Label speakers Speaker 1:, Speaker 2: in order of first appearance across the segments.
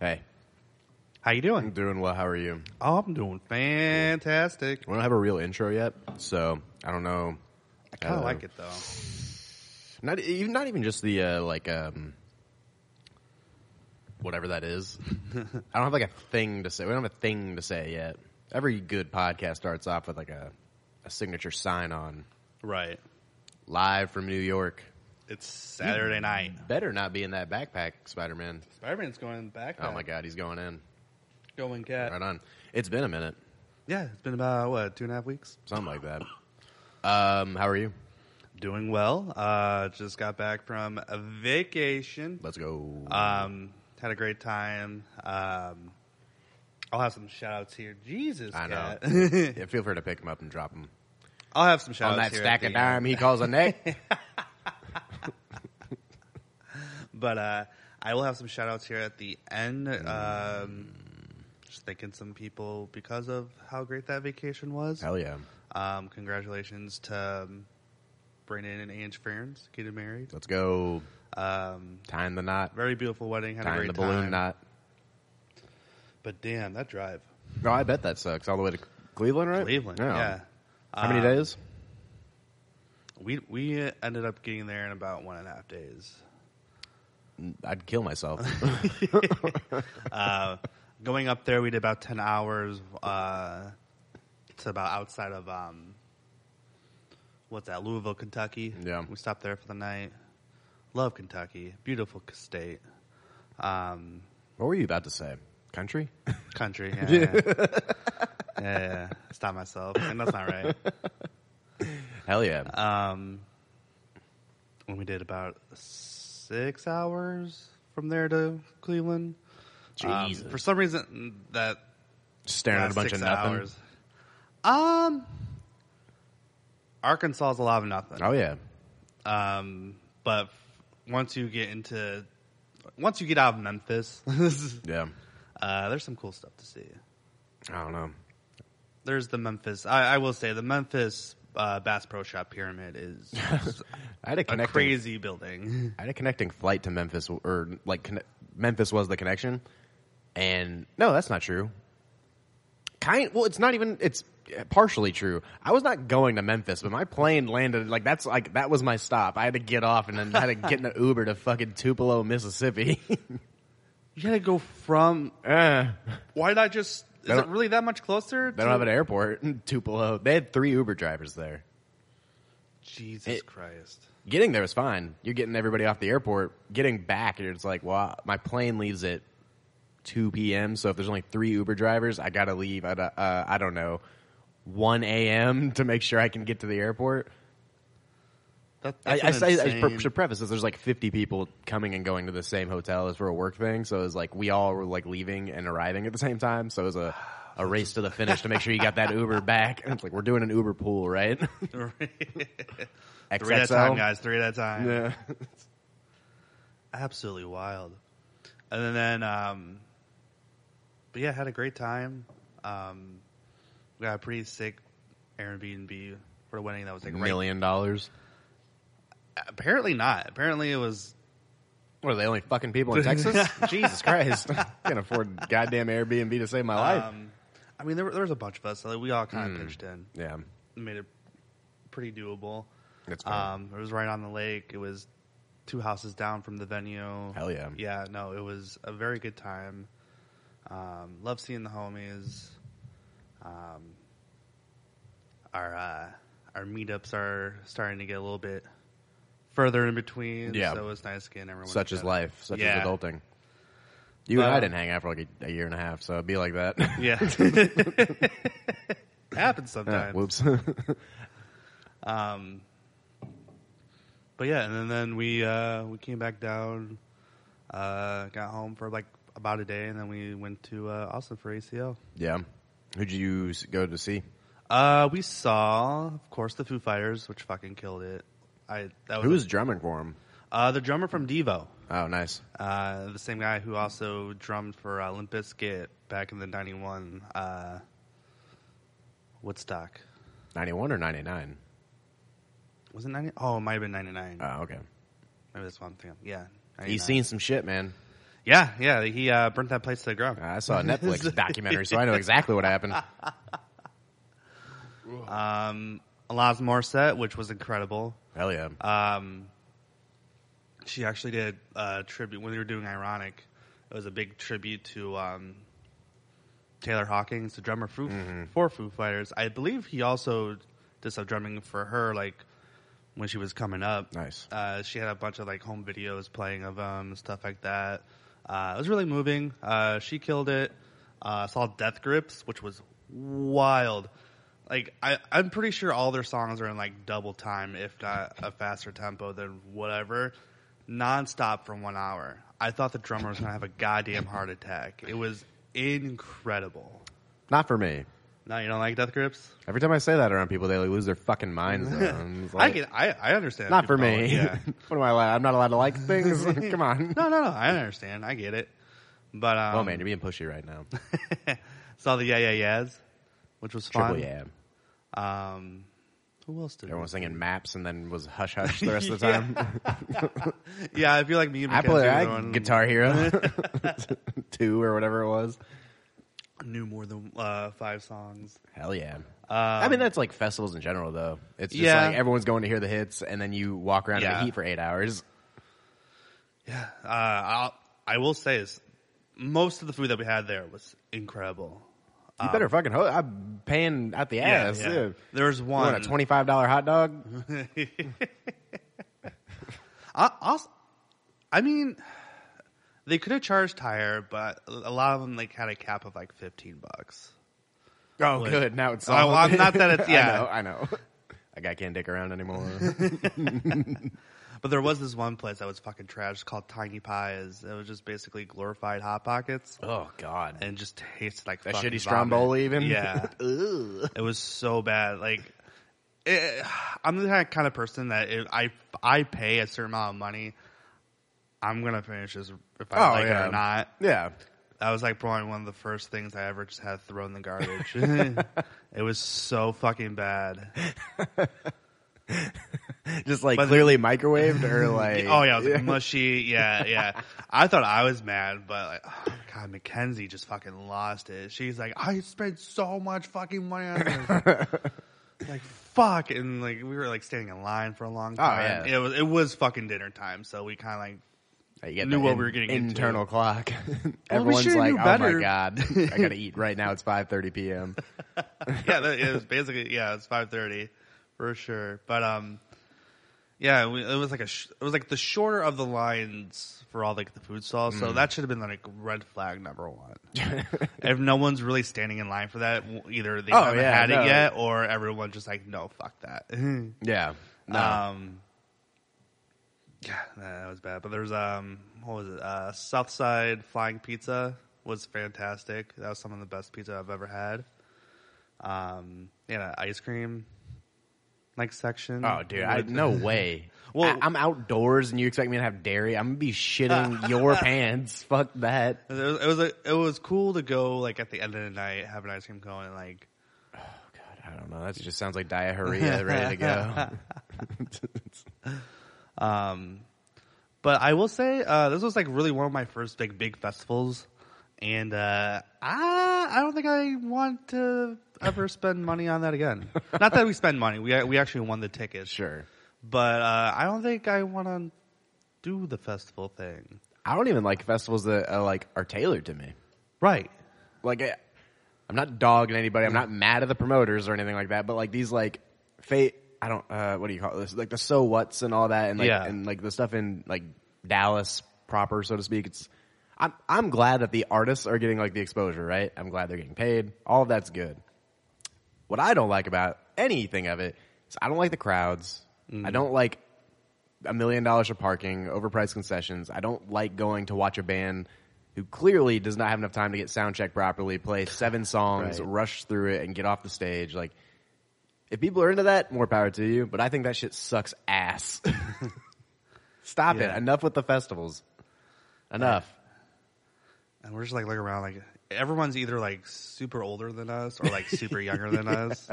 Speaker 1: Hey,
Speaker 2: How you doing?
Speaker 1: I'm doing well. How are you?
Speaker 2: Oh, I'm doing fantastic.
Speaker 1: We don't have a real intro yet, so I don't know.
Speaker 2: I kind of
Speaker 1: Uh,
Speaker 2: like it though.
Speaker 1: Not e, even not even just the uh, like um whatever that is. I don't have like a thing to say. We don't have a thing to say yet. Every good podcast starts off with like a a signature sign on
Speaker 2: Right.
Speaker 1: live from New York.
Speaker 2: It's Saturday night.
Speaker 1: Better not be in that backpack, Spider Man.
Speaker 2: Mm. Spider-Man's going in the back.
Speaker 1: Oh my god, he's going in.
Speaker 2: Going cat.
Speaker 1: Right on. It's been a minute,
Speaker 2: Yeah, it's been about what two and a half weeks.
Speaker 1: something like that. Um, how are you?
Speaker 2: Doing well. Uh, just got back from a vacation.
Speaker 1: Let's go.
Speaker 2: Um, had a great time. Um, I'll have some shout outs here. Jesus,
Speaker 1: I know.
Speaker 2: cat.
Speaker 1: yeah, feel free to pick him up and drop him
Speaker 2: I'll have some shout
Speaker 1: on
Speaker 2: outs
Speaker 1: that stack of dime he calls a neck.
Speaker 2: But uh, I will have some shout outs here at the end. Um, just thanking some people because of how great that vacation was.
Speaker 1: Hell yeah,
Speaker 2: Um, congratulations to um, Brandon and Ange Ferns getting married.
Speaker 1: let's go.
Speaker 2: Um,
Speaker 1: Tying the knot,
Speaker 2: very beautiful wedding. Had a
Speaker 1: tying
Speaker 2: great
Speaker 1: the balloon
Speaker 2: time.
Speaker 1: knot.
Speaker 2: But damn, that drive.
Speaker 1: No, Oh, I bet that sucks all the way to Cleveland, right?
Speaker 2: Cleveland. Yeah.
Speaker 1: How many
Speaker 2: Um,
Speaker 1: days?
Speaker 2: We we ended up getting there in about one and a half days.
Speaker 1: I'd kill myself.
Speaker 2: Uh, going up there, we did about ten hours uh, to about outside of um, what's that? Louisville, Kentucky.
Speaker 1: Yeah.
Speaker 2: we stopped there for the night. Love Kentucky, beautiful c- state, um,
Speaker 1: what were you about to say? Country?
Speaker 2: country. Yeah, yeah, yeah. yeah. Stop myself, and that's not right.
Speaker 1: Hell yeah.
Speaker 2: Um, when we did about six hours from there to Cleveland. Um,
Speaker 1: Jesus.
Speaker 2: for some reason, that
Speaker 1: Staring at a
Speaker 2: last
Speaker 1: bunch
Speaker 2: six
Speaker 1: of nothing.
Speaker 2: hours- Um, Arkansas is a lot of nothing.
Speaker 1: Oh yeah.
Speaker 2: Um, but f- once you get into, once you get out of Memphis,
Speaker 1: Yeah.
Speaker 2: uh, there's some cool stuff to see.
Speaker 1: I don't know.
Speaker 2: There's the Memphis. I, I will say the Memphis uh, Bass Pro Shop pyramid is
Speaker 1: I had a
Speaker 2: a
Speaker 1: connecting.
Speaker 2: crazy building.
Speaker 1: I had a connecting flight to Memphis, or like conne- Memphis was the connection. And no, that's not true. Kind well, it's not even. It's partially true. I was not going to Memphis, but my plane landed like that's like that was my stop. I had to get off and then had to get in an Uber to fucking Tupelo, Mississippi.
Speaker 2: You gotta go from.
Speaker 1: Eh,
Speaker 2: Why did I just? Is it
Speaker 1: don't-
Speaker 2: really that much closer?
Speaker 1: they don't have an airport in Tupelo. They had three Uber drivers there.
Speaker 2: Jesus
Speaker 1: It-
Speaker 2: Christ!
Speaker 1: Getting there was fine. You're getting everybody off the airport. Getting back, it's like, well, my plane leaves at 2 p.m. So if there's only three Uber drivers, I gotta leave at uh, uh, I don't know 1 a.m. to make sure I can get to the airport.
Speaker 2: That,
Speaker 1: I,
Speaker 2: that's
Speaker 1: I,
Speaker 2: an
Speaker 1: say, I
Speaker 2: insane-
Speaker 1: pre- should preface this: there's like 50 people coming and going to the same hotel as for a work thing. So it was like we all were like leaving and arriving at the same time. So it was a a race to the finish to make sure you got that Uber back. And it's like we're doing an Uber pool, right?
Speaker 2: Three at a time,
Speaker 1: XXL.
Speaker 2: guys. Three at a time.
Speaker 1: Yeah.
Speaker 2: Absolutely wild. And then, um, but yeah, had a great time. Um, we got a pretty sick Airbnb for the wedding that was like right-
Speaker 1: Million dollars.
Speaker 2: Apparently not. Apparently it was.
Speaker 1: What are they only fucking people in Texas? Jesus Christ! Can't afford goddamn Airbnb to save my life.
Speaker 2: Um, I mean, there, were- there was a bunch of us. So like, we all kind of pitched in,
Speaker 1: yeah,
Speaker 2: made it pretty doable.
Speaker 1: that's fair.
Speaker 2: Um, it was right on the lake. It was two houses down from the venue.
Speaker 1: Hell yeah.
Speaker 2: Yeah, no, it was a very good time. Um, love seeing the homies. Um, our uh, our meetups are starting to get a little bit further in between.
Speaker 1: Yeah.
Speaker 2: so it's nice getting everyone.
Speaker 1: such is
Speaker 2: together.
Speaker 1: life, such
Speaker 2: Yeah.
Speaker 1: is adulting. You and
Speaker 2: But,
Speaker 1: I
Speaker 2: um,
Speaker 1: didn't hang out for like a, a year and a half, so it'd be like that.
Speaker 2: Yeah, happens
Speaker 1: Yeah,
Speaker 2: sometimes.
Speaker 1: whoops.
Speaker 2: Um, but yeah, and then, then we uh, we came back down, uh, got home for like about a day, and then we went to uh, Austin for ACL.
Speaker 1: yeah. Who'd you s- go to see?
Speaker 2: Uh, we saw, of course, the Foo Fighters, which fucking killed it. I that was
Speaker 1: Who was drumming for him?
Speaker 2: uh, the drummer from Devo,
Speaker 1: Oh, nice.
Speaker 2: uh, the same guy who also drummed for uh, Limp Bizkit back in the '91 uh, Woodstock.
Speaker 1: 91 or 99?
Speaker 2: Was it '90? Oh, it might have been '99.
Speaker 1: Oh, okay.
Speaker 2: Maybe that's what I'm thinking. Yeah,
Speaker 1: He's
Speaker 2: 99.
Speaker 1: seen some shit, man.
Speaker 2: Yeah, yeah. He uh, burnt that place to the ground.
Speaker 1: I saw a Netflix documentary, so I know exactly what happened.
Speaker 2: Um, Alanis Morissette, which was incredible.
Speaker 1: Hell yeah.
Speaker 2: Um, she actually did a tribute when they were doing Ironic. It was a big tribute to um, Taylor Hawkins, the drummer for, for Foo Fighters. I believe he also did some drumming for her, like when she was coming up.
Speaker 1: Nice.
Speaker 2: Uh, she had a bunch of like home videos playing of them and stuff like that. Uh, it was really moving. Uh, she killed it. Uh, saw Death Grips, which was wild. Like I, I'm pretty sure all their songs are in like double time, if not a faster tempo than whatever, nonstop for one hour. I thought the drummer was gonna have a goddamn heart attack. It was incredible.
Speaker 1: Not for me.
Speaker 2: No, you don't like Death Grips?
Speaker 1: Every time I say that around people, they like, lose their fucking minds. um, it's
Speaker 2: I
Speaker 1: like,
Speaker 2: can, I, I understand.
Speaker 1: not for
Speaker 2: people,
Speaker 1: me.
Speaker 2: Yeah.
Speaker 1: what am I? Allowed? I'm not allowed to like things. Come on.
Speaker 2: No, no, no. I understand. I get it. But um,
Speaker 1: Oh man, you're being pushy right now.
Speaker 2: saw the yeah yeah yeahs, which was fun.
Speaker 1: Triple yeah.
Speaker 2: Um, who else did?
Speaker 1: Everyone
Speaker 2: we
Speaker 1: was singing maps and then was hush hush the rest of the time.
Speaker 2: Yeah, I feel like me and
Speaker 1: I
Speaker 2: Mackenzie
Speaker 1: play
Speaker 2: were the
Speaker 1: I,
Speaker 2: one-
Speaker 1: Guitar Hero two or whatever it was.
Speaker 2: knew more than uh, five songs.
Speaker 1: Hell yeah. I mean, that's like festivals in general, though. It's just
Speaker 2: Yeah.
Speaker 1: like everyone's going to hear the hits, and then you walk around in
Speaker 2: Yeah.
Speaker 1: the heat for eight hours.
Speaker 2: Yeah, uh, I'll, I will say is most of the food that we had there was incredible.
Speaker 1: You better fucking. Ho- I'm paying out the ass. Um, Yeah,
Speaker 2: There was
Speaker 1: You
Speaker 2: one.
Speaker 1: want a twenty five dollar hot dog?
Speaker 2: I, I'll- I mean, they could have charged higher, but a lot of them like had a cap of like fifteen bucks.
Speaker 1: Oh,
Speaker 2: Like-
Speaker 1: good. Now it's.
Speaker 2: Oh,
Speaker 1: all-
Speaker 2: I'm not that it's- yeah.
Speaker 1: I know. I know. That guy can't dick around anymore.
Speaker 2: But there was this one place that was fucking trash called Tiny Pies. It was just basically glorified hot pockets
Speaker 1: oh God.
Speaker 2: and just tasted like
Speaker 1: That
Speaker 2: fucking
Speaker 1: shitty
Speaker 2: vomit.
Speaker 1: Stromboli, even.
Speaker 2: Yeah,
Speaker 1: Ugh.
Speaker 2: it was so bad. Like, it, I'm the kind of person that if I I pay a certain amount of money, I'm gonna finish this if I
Speaker 1: Oh,
Speaker 2: like
Speaker 1: yeah.
Speaker 2: it or not.
Speaker 1: Yeah.
Speaker 2: That was like probably one of the first things I ever just had thrown in the garbage. it was so fucking bad.
Speaker 1: Just like
Speaker 2: But-
Speaker 1: clearly microwaved or like.
Speaker 2: Oh yeah, it was like, mushy. Yeah, yeah. I thought I was mad, but like, oh, God, Mackenzie just fucking lost it. She's like, I spent so much fucking money on this. like fuck, and like we were like standing in line for a long time.
Speaker 1: yeah.
Speaker 2: It was it was fucking dinner time, so we kind of like.
Speaker 1: You get
Speaker 2: Knew
Speaker 1: that
Speaker 2: what we were getting into.
Speaker 1: Internal clock.
Speaker 2: we
Speaker 1: Everyone's
Speaker 2: should've
Speaker 1: like,
Speaker 2: knew
Speaker 1: "Oh
Speaker 2: better."
Speaker 1: my god, I gotta eat right now." It's five thirty p.m.
Speaker 2: yeah, that, it was basically yeah, it's five thirty for sure. But um, yeah, we, it was like a sh- it was like the shorter of the lines for all like the food stalls.
Speaker 1: Mm.
Speaker 2: So that should have been like red flag number one. if no one's really standing in line for that, w- either they
Speaker 1: Oh,
Speaker 2: haven't
Speaker 1: yeah,
Speaker 2: had
Speaker 1: no.
Speaker 2: it yet, or everyone's just like, no, fuck that.
Speaker 1: Yeah. No.
Speaker 2: Um, yeah, nah, that was bad. But there's um, what was it? Uh, Southside Flying Pizza was fantastic. That was some of the best pizza I've ever had. Um, yeah, ice cream like section.
Speaker 1: oh, dude, I, no way.
Speaker 2: Well-
Speaker 1: I, am outdoors, and you expect me to have dairy? I'm gonna be shitting your pants. Fuck that.
Speaker 2: it was it was, a, it was cool to go like at the end of the night have an ice cream cone and like
Speaker 1: God, I don't know. That just sounds like diarrhea ready to go.
Speaker 2: Um, but I will say uh, this was like really one of my first big big festivals, and uh, I I don't think I want to ever spend money on that again. Not that we spend money, we we actually won the tickets,
Speaker 1: sure.
Speaker 2: But uh, I don't think I want to do the festival thing.
Speaker 1: I don't even like festivals that uh, like are tailored to me.
Speaker 2: Right.
Speaker 1: like I, I'm not dogging anybody. I'm not mad at the promoters or anything like that. But like these like fate, I don't. Uh, what do you call this? Like the so whats and all that, and like
Speaker 2: Yeah.
Speaker 1: and like the stuff in like Dallas proper, so to speak. It's I'm I'm glad that the artists are getting like the exposure, right? I'm glad they're getting paid. All of that's good. What I don't like about anything of it is I don't like the crowds. I don't like a million dollars for parking, overpriced concessions. I don't like going to watch a band who clearly does not have enough time to get sound checked properly, play seven songs,
Speaker 2: Right.
Speaker 1: rush through it, and get off the stage. Like, if people are into that, more power to you. But I think that shit sucks ass. Stop
Speaker 2: Yeah.
Speaker 1: it. Enough with the festivals. Enough.
Speaker 2: And we're just like looking around, like everyone's either like super older than us or like super younger than us.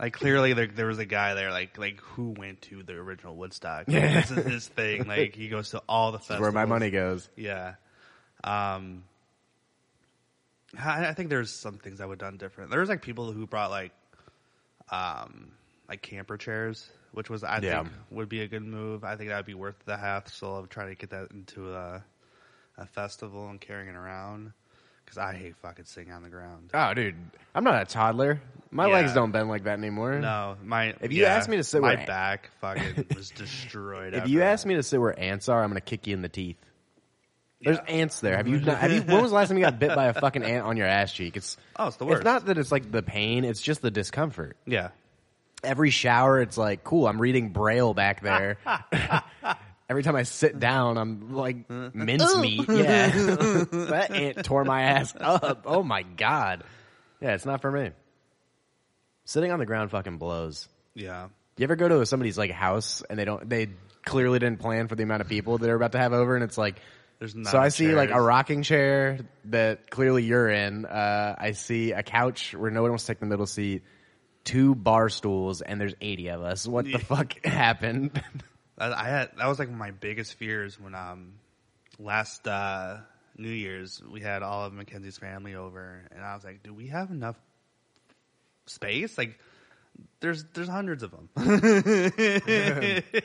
Speaker 2: Like clearly, there there was a guy there, like like who went to the original Woodstock. Like,
Speaker 1: Yeah.
Speaker 2: This is his thing. Like he goes to all the festivals.
Speaker 1: Where my money goes.
Speaker 2: Yeah. Um, I, I think there's some things I would have done different. There was like people who brought like, um, like camper chairs, which was I
Speaker 1: Yeah.
Speaker 2: think would be a good move. I think that would be worth the hassle of trying to get that into a, a festival and carrying it around. Because I hate fucking sitting on the ground.
Speaker 1: Oh, dude, I'm not a toddler. My
Speaker 2: Yeah.
Speaker 1: legs don't bend like that anymore.
Speaker 2: No, my
Speaker 1: If you
Speaker 2: yeah,
Speaker 1: ask me to sit
Speaker 2: my
Speaker 1: where-
Speaker 2: back fucking was destroyed.
Speaker 1: If
Speaker 2: after
Speaker 1: you
Speaker 2: that.
Speaker 1: ask me to sit where ants are, I'm gonna kick you in the teeth. There's
Speaker 2: Yeah.
Speaker 1: ants there. Have you? Not, have you? When was the last time you got bit by a fucking ant on your ass cheek? It's
Speaker 2: Oh, it's the worst.
Speaker 1: It's not that it's like the pain. It's just the discomfort.
Speaker 2: yeah,
Speaker 1: Every shower, it's like cool. I'm reading braille back there. Every time I sit down, I'm like mincemeat. Yeah, that ant tore my ass up. Oh my god. Yeah, it's not for me. Sitting on the ground fucking blows.
Speaker 2: yeah.
Speaker 1: You ever go to somebody's like house and they don't they clearly didn't plan for the amount of people that they're about to have over and it's like
Speaker 2: There's not
Speaker 1: so I see like a
Speaker 2: chairs.
Speaker 1: rocking chair that clearly you're in. Uh, I see a couch where no one wants to take the middle seat, two bar stools, and there's 80 of us. What
Speaker 2: Yeah.
Speaker 1: the fuck happened?
Speaker 2: I, I had that was like my biggest fears when um last uh New Year's we had all of Mackenzie's family over and I was like, do we have enough space? Like, there's there's hundreds of them.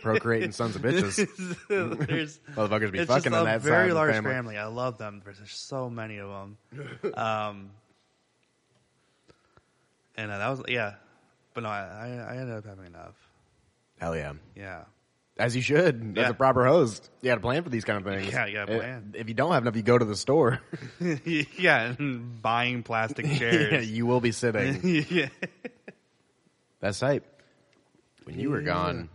Speaker 1: Procreating sons of bitches.
Speaker 2: there's
Speaker 1: Motherfuckers be
Speaker 2: it's
Speaker 1: fucking
Speaker 2: just
Speaker 1: on
Speaker 2: a
Speaker 1: that
Speaker 2: very
Speaker 1: side
Speaker 2: large
Speaker 1: of the
Speaker 2: family.
Speaker 1: family.
Speaker 2: I love them. There's, there's so many of them. um, and uh, that was yeah, but no, I I- I ended up having enough.
Speaker 1: Hell yeah.
Speaker 2: Yeah,
Speaker 1: As you should. As
Speaker 2: Yeah.
Speaker 1: a proper host. You gotta plan for these kind of things.
Speaker 2: Yeah, you gotta
Speaker 1: If-
Speaker 2: plan.
Speaker 1: If you don't have enough, you go to the store.
Speaker 2: yeah, and buying plastic
Speaker 1: yeah,
Speaker 2: chairs.
Speaker 1: you will be sitting.
Speaker 2: yeah.
Speaker 1: That's hype. When you were
Speaker 2: Yeah.
Speaker 1: gone,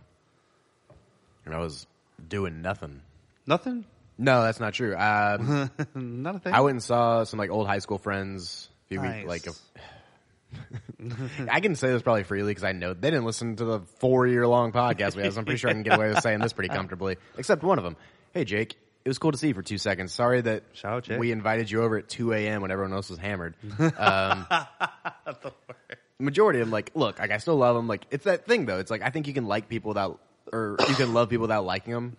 Speaker 1: and I was doing nothing.
Speaker 2: Nothing.
Speaker 1: No, that's not true. Um,
Speaker 2: Not a thing.
Speaker 1: I went and saw some like old high school friends. A few
Speaker 2: Nice.
Speaker 1: weeks, like I can say this probably freely because I know they didn't listen to the four year long podcast we had. So I'm pretty sure I can get away with saying this pretty comfortably. Except one of them. Hey, Jake. It was cool to see you for two seconds. Sorry that
Speaker 2: Shout out, Jake.
Speaker 1: we invited you over at 2 a.m. when everyone else was hammered. Um, majority of like, look, like I still love them. Like it's that thing though. It's like I think you can like people without, or you can love people without liking them.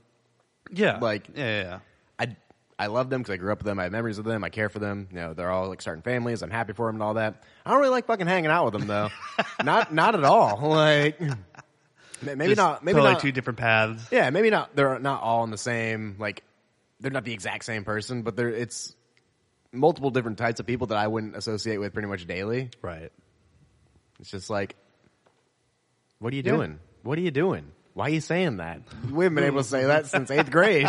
Speaker 2: yeah,
Speaker 1: like-
Speaker 2: yeah, yeah, yeah.
Speaker 1: I I love them because I grew up with them. I have memories of them. I care for them. You know, they're all like starting families. I'm happy for them and all that. I don't really like fucking hanging out with them though. not not at all. Like m- maybe
Speaker 2: Just
Speaker 1: not. Maybe
Speaker 2: totally
Speaker 1: not.
Speaker 2: two different paths.
Speaker 1: yeah, maybe not. They're not all in the same. Like they're not the exact same person, but they're it's multiple different types of people that I wouldn't associate with pretty much daily.
Speaker 2: Right.
Speaker 1: It's just like, what are you doing? What are you doing? Why are you saying that? We haven't been able to say that since eighth grade.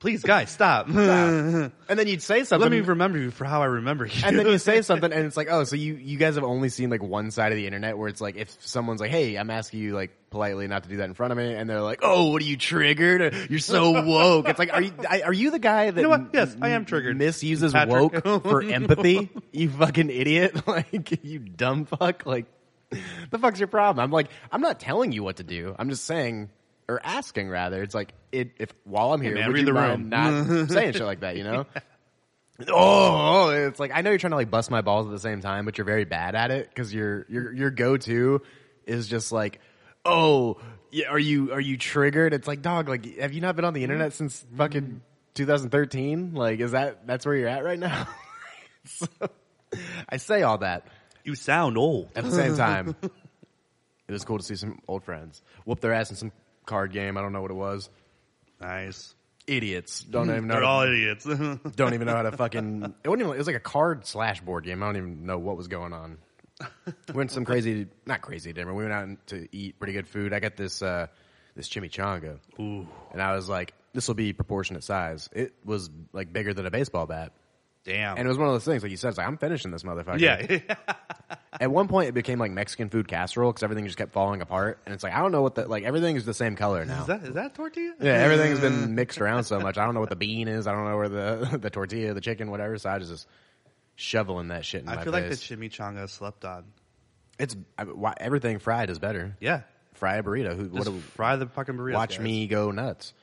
Speaker 2: Please, guys, stop.
Speaker 1: and then you'd say something.
Speaker 2: Let me remember you for how I remember you.
Speaker 1: and then you say something and it's like oh so you you guys have only seen like one side of the internet where it's like if someone's like hey i'm asking you like politely not to do that in front of me and they're like oh what are you triggered you're so woke it's like are you I- are you the guy that
Speaker 2: know what? Yes, I am
Speaker 1: m-
Speaker 2: triggered.
Speaker 1: misuses
Speaker 2: Patrick.
Speaker 1: woke for empathy you fucking idiot like you dumb fuck like the fuck's your problem i'm like i'm not telling you what to do i'm just saying or asking rather it's like it if while i'm here
Speaker 2: man,
Speaker 1: would
Speaker 2: read
Speaker 1: you
Speaker 2: the
Speaker 1: mind
Speaker 2: room.
Speaker 1: not saying shit like that you know Oh, oh, it's like I know you're trying to like bust my balls at the same time, but you're very bad at it because your your your go to is just like, oh, yeah, are you are you triggered? It's like, dog, like have you not been on the internet since
Speaker 2: Mm.
Speaker 1: fucking 2013? Like, is that that's where you're at right now? so, I say all that
Speaker 2: you sound old.
Speaker 1: at the same time. it was cool to see some old friends whoop their ass in some card game. I don't know what it was.
Speaker 2: Nice.
Speaker 1: Idiots don't even know.
Speaker 2: They're
Speaker 1: how to
Speaker 2: all idiots. I
Speaker 1: don't even know how to fucking. It wasn't even. It was like a card slash board game. I don't even know what was going on. We went to some crazy, not crazy dinner. We went out to eat pretty good food. I got this uh, this chimichanga,
Speaker 2: Ooh.
Speaker 1: and I was like, "This will be proportionate size." It was like bigger than a baseball bat,
Speaker 2: Damn.
Speaker 1: and it was one of those things. Like you said, it's like I'm finishing this motherfucker.
Speaker 2: yeah.
Speaker 1: At one point, it became like Mexican food casserole because everything just kept falling apart, and it's like I don't know what the like everything is the same color now.
Speaker 2: Is that is that tortilla?
Speaker 1: Yeah, everything's been mixed around so much. I don't know what the bean is. I don't know where the the tortilla, the chicken, whatever. So I was just shoveling that shit in
Speaker 2: I
Speaker 1: my
Speaker 2: feel like the
Speaker 1: face.
Speaker 2: chimichanga slept on.
Speaker 1: it's I, why, everything fried is better.
Speaker 2: Yeah.
Speaker 1: Fry a burrito. Who what?
Speaker 2: Just
Speaker 1: do-
Speaker 2: fry the fucking burritos.
Speaker 1: watch
Speaker 2: guys.
Speaker 1: me go nuts.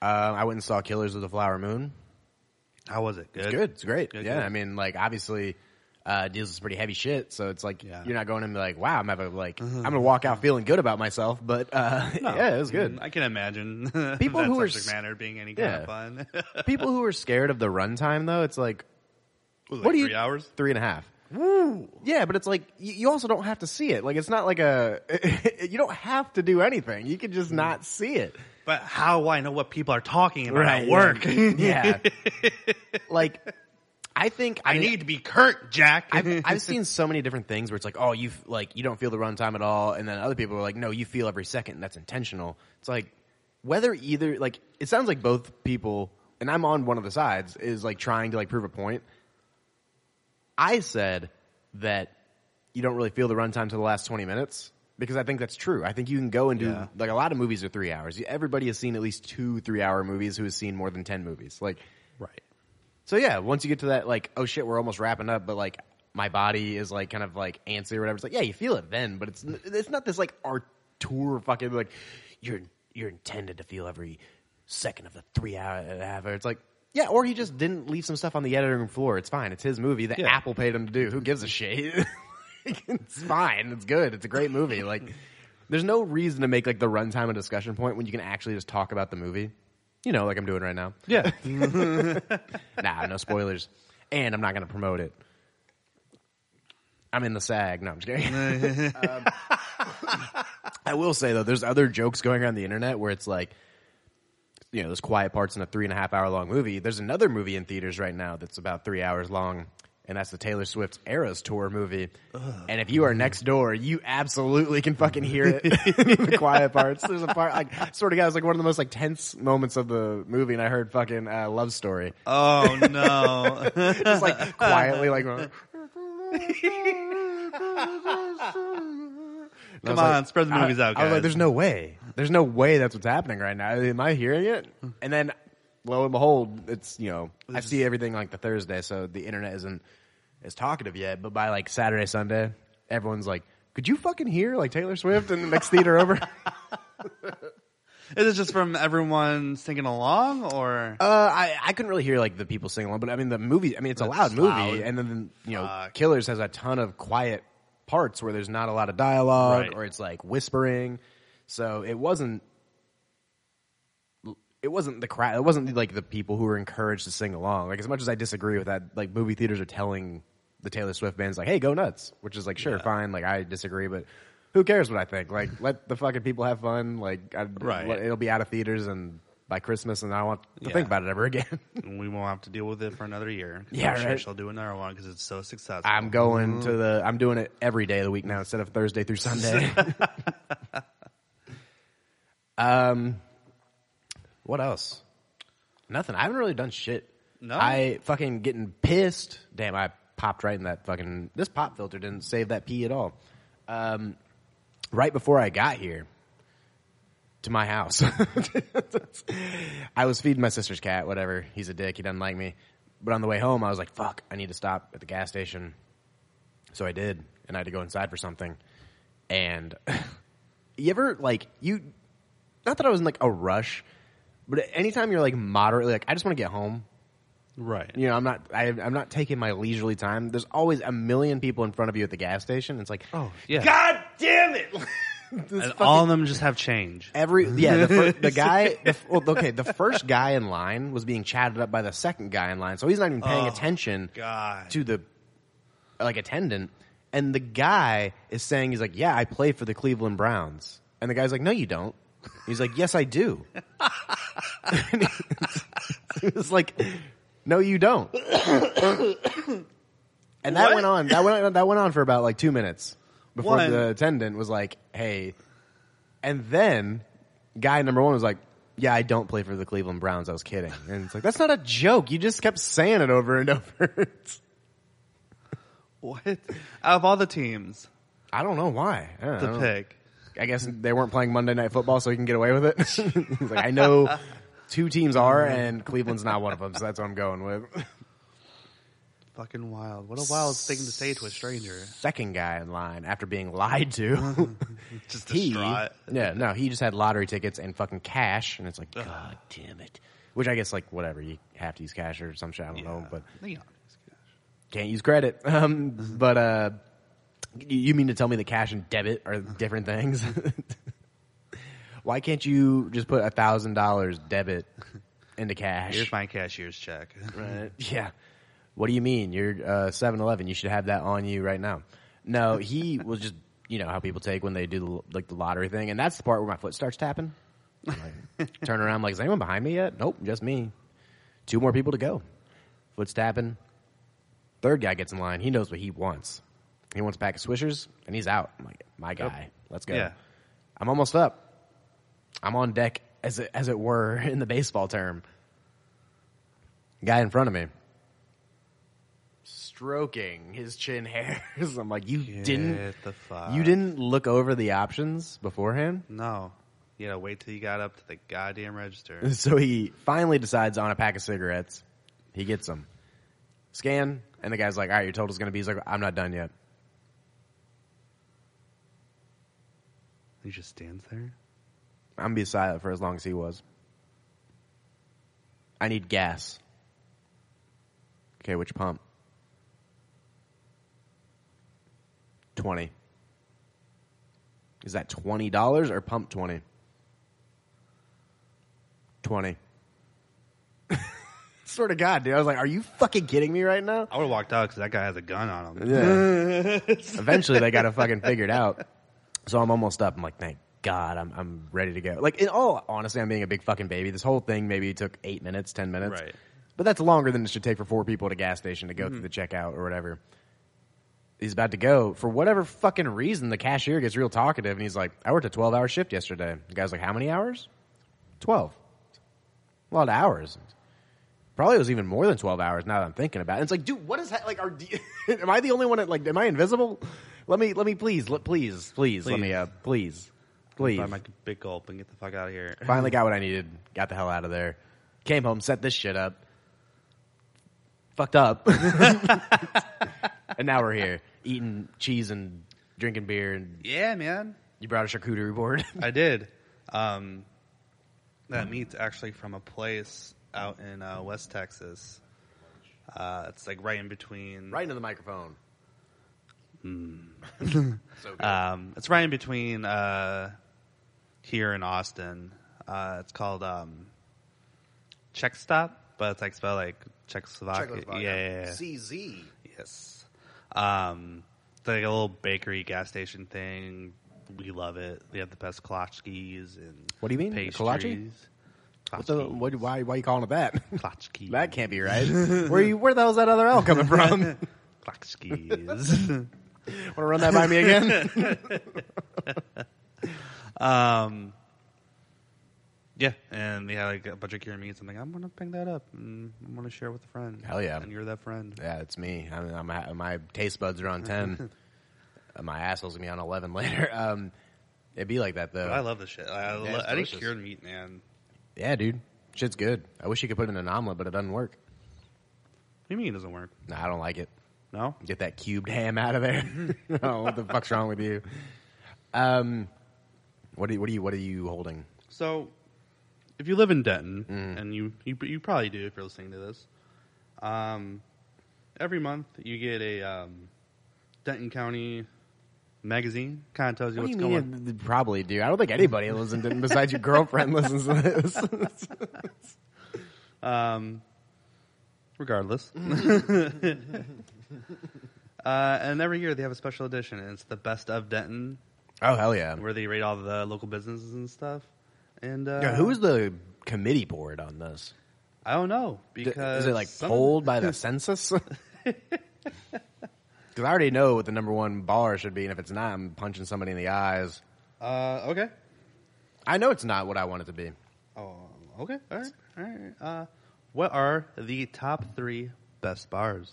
Speaker 1: Um, I went and saw Killers of the Flower Moon.
Speaker 2: How was it? Good.
Speaker 1: It's good. It's great.
Speaker 2: Good,
Speaker 1: yeah,
Speaker 2: good.
Speaker 1: I mean, like obviously, uh, deals with pretty heavy shit. So it's like
Speaker 2: Yeah. Mm-hmm.
Speaker 1: you're not going in and be like, wow, I'm having like I'm gonna walk out feeling good about myself. But uh, yeah, it was good.
Speaker 2: I can imagine
Speaker 1: People
Speaker 2: that
Speaker 1: who are
Speaker 2: subject
Speaker 1: s-
Speaker 2: matter being any
Speaker 1: Yeah.
Speaker 2: kind of fun.
Speaker 1: People who are scared of the runtime though, it's like
Speaker 2: Was it
Speaker 1: what
Speaker 2: like
Speaker 1: do you
Speaker 2: three hours?
Speaker 1: three and a half.
Speaker 2: Woo!
Speaker 1: Yeah, but it's like you, you also don't have to see it. Like it's not like a you don't have to do anything. You can just not see it.
Speaker 2: But how will I know what people are talking about at work?
Speaker 1: Yeah. like I think
Speaker 2: I need to be curt, Jack.
Speaker 1: I've, I've seen so many different things where it's like, oh, you f- like you don't feel the runtime at all, and then other people are like, no, you feel every second, and that's intentional. It's like whether either like it sounds like both people, and I'm on one of the sides, is like trying to like prove a point. I said that you don't really feel the runtime to the last 20 minutes because I think that's true. I think you can go and do
Speaker 2: Yeah.
Speaker 1: like a lot of movies are three hours. Everybody has seen at least two three hour movies who has seen more than 10 movies. Like
Speaker 2: right.
Speaker 1: so yeah, once you get to that, like, oh shit, we're almost wrapping up, but like, my body is like kind of like antsy or whatever. It's like, yeah, you feel it then, but it's it's not this like art tour fucking like you're you're intended to feel every second of the three hour and a half. hour. It's like yeah, or he just didn't leave some stuff on the editing floor. It's fine. It's his movie that
Speaker 2: Yeah.
Speaker 1: Apple paid him to do. Who gives a shit? it's fine. It's good. It's a great movie. Like, there's no reason to make like the runtime a discussion point when you can actually just talk about the movie. You know, like I'm doing right now
Speaker 2: Yeah.
Speaker 1: nah, no spoilers. And I'm not going to promote it. I'm in the sag. No, I'm just kidding. Um, I will say though, there's other jokes going around the internet where it's like, you know, there's quiet parts in a three and a half hour long movie. There's another movie in theaters right now that's about three hours long, and that's the Taylor Swift's Eras Tour movie. And if you are next door, you absolutely can fucking hear it. the quiet parts. There's a part like sort of guy was like one of the most like tense moments of the movie, and I heard fucking uh, love story
Speaker 2: oh no.
Speaker 1: just like quietly like come
Speaker 2: Come on, spread the movies out,
Speaker 1: I was
Speaker 2: guys.
Speaker 1: like, there's no way. There's no way that's what's happening right now. Am I hearing it? And then lo and behold, it's you know I see everything like the Thursday, so the internet isn't as talkative yet, but by like Saturday, Sunday, everyone's like, Could you fucking hear like Taylor Swift in the next theater over?
Speaker 2: Is it just from everyone singing along, or
Speaker 1: Uh, I, I couldn't really hear like the people singing along, but I mean the movie. I mean it's a loud
Speaker 2: That's
Speaker 1: movie,
Speaker 2: loud.
Speaker 1: and then you know
Speaker 2: Fuck.
Speaker 1: Killers has a ton of quiet parts where there's not a lot of dialogue
Speaker 2: Right.
Speaker 1: or it's like whispering. So it wasn't. It wasn't the crowd. It wasn't like the people who were encouraged to sing along. Like as much as I disagree with that, like movie theaters are telling the Taylor Swift bands like, "Hey, go nuts," which is like, sure, fine. Like I disagree, but who cares what I think? Like let the fucking people have fun. Like I,
Speaker 2: Right.
Speaker 1: let- it'll be out of theaters and by Christmas, and I don't want to
Speaker 2: Yeah.
Speaker 1: think about it ever again.
Speaker 2: we won't have to deal with it for another year? 'Cause
Speaker 1: Yeah,
Speaker 2: I'm sure
Speaker 1: right.
Speaker 2: she'll do another one because it's so successful.
Speaker 1: I'm going to the. I'm doing it every day of the week now instead of Thursday through Sunday. um, what else? Nothing. I haven't really done shit.
Speaker 2: No?
Speaker 1: I fucking getting pissed. Damn, I popped right in that fucking. This pop filter didn't save that pee at all. Um, right before I got here to my house, I was feeding my sister's cat. Whatever. He's a dick. He doesn't like me. But on the way home, I was like, "Fuck! I need to stop at the gas station." So I did, and I had to go inside for something. And you ever like you? Not that I was in like a rush, but anytime you're like moderately like, I just want to get home.
Speaker 2: right.
Speaker 1: You know, I'm not. I, I'm not taking my leisurely time. There's always a million people in front of you at the gas station. It's like, oh
Speaker 2: yeah.
Speaker 1: god damn it! This
Speaker 2: And
Speaker 1: fucking-
Speaker 2: all of them just have change.
Speaker 1: Every yeah, the, fir- the guy. The, f- well, okay, the first guy in line was being chatted up by the second guy in line, so he's not even paying
Speaker 2: Oh,
Speaker 1: attention
Speaker 2: God.
Speaker 1: to the like attendant. And the guy is saying, he's like, "Yeah, I play for the Cleveland Browns," and the guy's like, "No, you don't." He's like, "Yes, I do." It's like, "No, you don't." and that
Speaker 2: What?
Speaker 1: went on. That went on, that went on for about like two minutes before
Speaker 2: One.
Speaker 1: the attendant was like, "Hey," and then guy number one was like, "Yeah, I don't play for the Cleveland Browns. I was kidding." And it's like, "That's not a joke. You just kept saying it over and over." It's-
Speaker 2: What? Out of all the teams
Speaker 1: I don't know why. I, don't
Speaker 2: to
Speaker 1: know.
Speaker 2: pick,
Speaker 1: I guess they weren't playing Monday Night Football, so he can get away with it. He's like, I know two teams are, and Cleveland's not one of them, so that's what I'm going with.
Speaker 2: fucking wild. What a wild thing to say to a stranger.
Speaker 1: Second guy in line after being lied to.
Speaker 2: Just
Speaker 1: he,
Speaker 2: distraught.
Speaker 1: yeah, no, he just had lottery tickets and fucking cash, and it's like, God damn it. Which I guess, like, whatever, you have to use cash or some shit. I don't know, but
Speaker 2: Yeah.
Speaker 1: Can't use credit. Um, but uh, y- you mean to tell me that cash and debit are different things? Why can't you just put a thousand dollars debit into cash?
Speaker 2: Here's my cashier's check.
Speaker 1: Right. Yeah. What do you mean? You're uh, Seven Eleven. You should have that on you right now. No, he was just you know how people take when they do the, like the lottery thing, and that's the part where my foot starts tapping. I'm like, turn around, like is anyone behind me yet? Nope, just me. Two more people to go. Foot's tapping. Third guy gets in line. He knows what he wants. He wants a pack of Swishers, and he's out. I'm like, my guy, let's go.
Speaker 2: Yeah.
Speaker 1: I'm almost up. I'm on deck, as it, as it were, in the baseball term. Guy in front of me, stroking his chin hairs. I'm like, you didn't,
Speaker 2: Get the fuck.
Speaker 1: you didn't look over the options beforehand.
Speaker 2: No. You gotta wait till you got up to the goddamn register.
Speaker 1: So he finally decides on a pack of cigarettes. He gets them. Scan, and the guy's like, all right, your total's going to be. He's like, I'm not done yet.
Speaker 2: he just stands there.
Speaker 1: I'm going to be silent for as long as he was. I need gas. Okay, which pump? 20. Is that $20 or pump 20? 20. Swear to God, dude. I was like, are you fucking kidding me right now?
Speaker 2: I would have walked out because that guy has a gun on him.
Speaker 1: Yeah. Eventually, they got to fucking figure it out. So I'm almost up. I'm like, thank God, I'm I'm ready to go. Like in all honesty, I'm being a big fucking baby. This whole thing maybe took eight minutes, ten minutes,
Speaker 2: Right.
Speaker 1: but that's longer than it should take for four people at a gas station to go through the checkout or whatever. He's about to go for whatever fucking reason. The cashier gets real talkative, and he's like, "I worked a twelve hour shift yesterday." The guy's like, "How many hours? Twelve. A lot of hours." Probably it was even more than twelve hours. Now that I'm thinking about it, it's like, dude, what is that? Like, are am I the only one? That, like, am I invisible? Let me, let me, please, let, please, please, let me,
Speaker 2: Please.
Speaker 1: uh, please, please.
Speaker 2: Buy my big gulp and get the fuck out of here.
Speaker 1: Finally got what I needed. Got the hell out of there. Came home, set this shit up. Fucked up. and now we're here eating cheese and drinking beer. And
Speaker 2: Yeah, man.
Speaker 1: you brought a charcuterie board.
Speaker 2: I did. Um, that meat's actually from a place out in uh, West Texas. Uh, it's like right in between.
Speaker 1: right into the microphone. so good.
Speaker 2: Um, it's right in between uh, here and Austin. Uh, it's called um, Czech Stop, but it's like spelled like Czechoslovakia. Yeah, yeah, yeah.
Speaker 1: CZ.
Speaker 2: yes. Um, it's like a little bakery gas station thing. We love it. They have the best kolachkis and
Speaker 1: What do you mean? A kolache?
Speaker 2: pastries.
Speaker 1: What the,
Speaker 2: Kolachkis.
Speaker 1: what, why, why you calling it that?
Speaker 2: Klotchkis.
Speaker 1: that can't be right. Where you? Where the hell's that other L coming from? Want
Speaker 2: Klotchkis.
Speaker 1: to run that by me again?
Speaker 2: um, yeah, and they had like a bunch of cure meats. I'm like, I'm gonna pick that up and I'm gonna share it with a friend.
Speaker 1: Hell yeah.
Speaker 2: And you're that friend.
Speaker 1: yeah, it's me. I mean, I'm, I'm, my taste buds are on ten. Uh, my asshole's gonna be on eleven later. Um, it'd be like that though.
Speaker 2: I love this shit. I,
Speaker 1: Yeah,
Speaker 2: lo-
Speaker 1: it's
Speaker 2: I think
Speaker 1: delicious.
Speaker 2: cured meat, man.
Speaker 1: yeah, dude, shit's good. I wish you could put it in an omelet, but it doesn't work.
Speaker 2: What do you mean it doesn't work?
Speaker 1: Nah, I don't like it.
Speaker 2: No.
Speaker 1: Get that cubed ham out of there. oh, what the fuck's wrong with you? Um, what do you, what do you what are you holding?
Speaker 2: So, Mm. if you live in Denton, and you, you you probably do if you're listening to this, um, every month you get a um, Denton County magazine. Kind of tells you
Speaker 1: What do
Speaker 2: what's
Speaker 1: you
Speaker 2: going.
Speaker 1: mean? It- Probably, dude. I don't think anybody listens to besides your girlfriend listens to this.
Speaker 2: Um, regardless. uh, and every year they have a special edition, and it's the best of Denton,
Speaker 1: oh hell yeah!
Speaker 2: where they rate all the local businesses and stuff. And uh,
Speaker 1: yeah who's the committee board on this?
Speaker 2: I don't know
Speaker 1: D-
Speaker 2: because
Speaker 1: Is it like
Speaker 2: some of
Speaker 1: polled by the census? Because I already know what the number one bar should be, and if it's not, I'm punching somebody in the eyes.
Speaker 2: the- Uh, okay.
Speaker 1: I know it's not what I want it to be.
Speaker 2: Oh, okay. All right. All right. Uh, what are the top three best bars?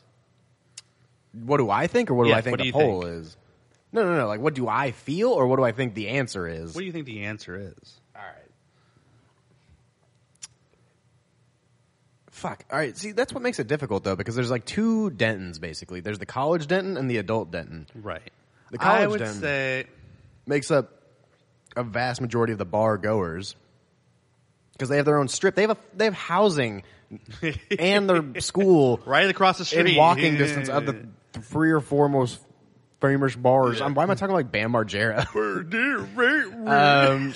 Speaker 1: What do I think, or what do
Speaker 2: Yeah,
Speaker 1: I think
Speaker 2: what do
Speaker 1: the
Speaker 2: you
Speaker 1: poll is? No, no, no. Like, what do I feel, or what do I think the answer is?
Speaker 2: What do you think the answer is?
Speaker 1: All right. Fuck. All right. See, that's what makes it difficult though, because there's like two Dentons basically. There's the college Denton and the adult Denton.
Speaker 2: Right.
Speaker 1: The
Speaker 2: I
Speaker 1: college
Speaker 2: would
Speaker 1: Denton
Speaker 2: say
Speaker 1: makes up a vast majority of the bar goers. because they have their own strip. They have a, they have housing and their school
Speaker 2: Right across the street.
Speaker 1: in walking distance of the three or four most famous bars. I'm, why am I talking like Bam Margera?
Speaker 2: Uh,
Speaker 1: um,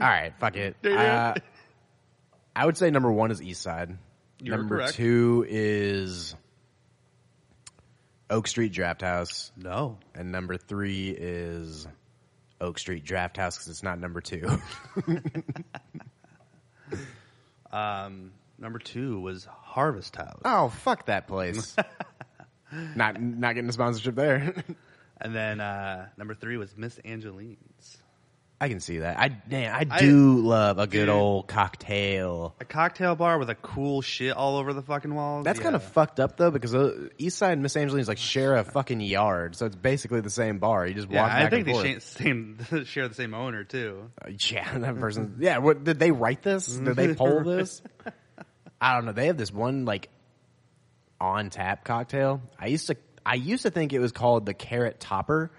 Speaker 1: all right, fuck it. Uh, I would say number one is East Side.
Speaker 2: You're
Speaker 1: number
Speaker 2: correct.
Speaker 1: two is Oak Street Draft House,
Speaker 2: no.
Speaker 1: and number three is Oak Street Draft House because it's not number two.
Speaker 2: Number two was Harvest House.
Speaker 1: oh, fuck that place. not not getting a sponsorship there.
Speaker 2: And then uh, number three was Miss Angeline's.
Speaker 1: I can see that. I man, I
Speaker 2: I-
Speaker 1: do love a good
Speaker 2: Dude.
Speaker 1: old cocktail.
Speaker 2: A cocktail bar with a cool shit all over the fucking walls.
Speaker 1: That's
Speaker 2: Yeah.
Speaker 1: kind of fucked up though, because uh, East Side and Miss Angeline's like share a fucking yard, so it's basically the same bar. You just
Speaker 2: Yeah,
Speaker 1: walk back
Speaker 2: I think
Speaker 1: and forth.
Speaker 2: they sh- same, share the same owner too.
Speaker 1: Uh, Yeah, that person. Yeah, what did they write this? Did they poll this? I don't know. They have this one like on tap cocktail. I used to I used to think it was called the carrot topper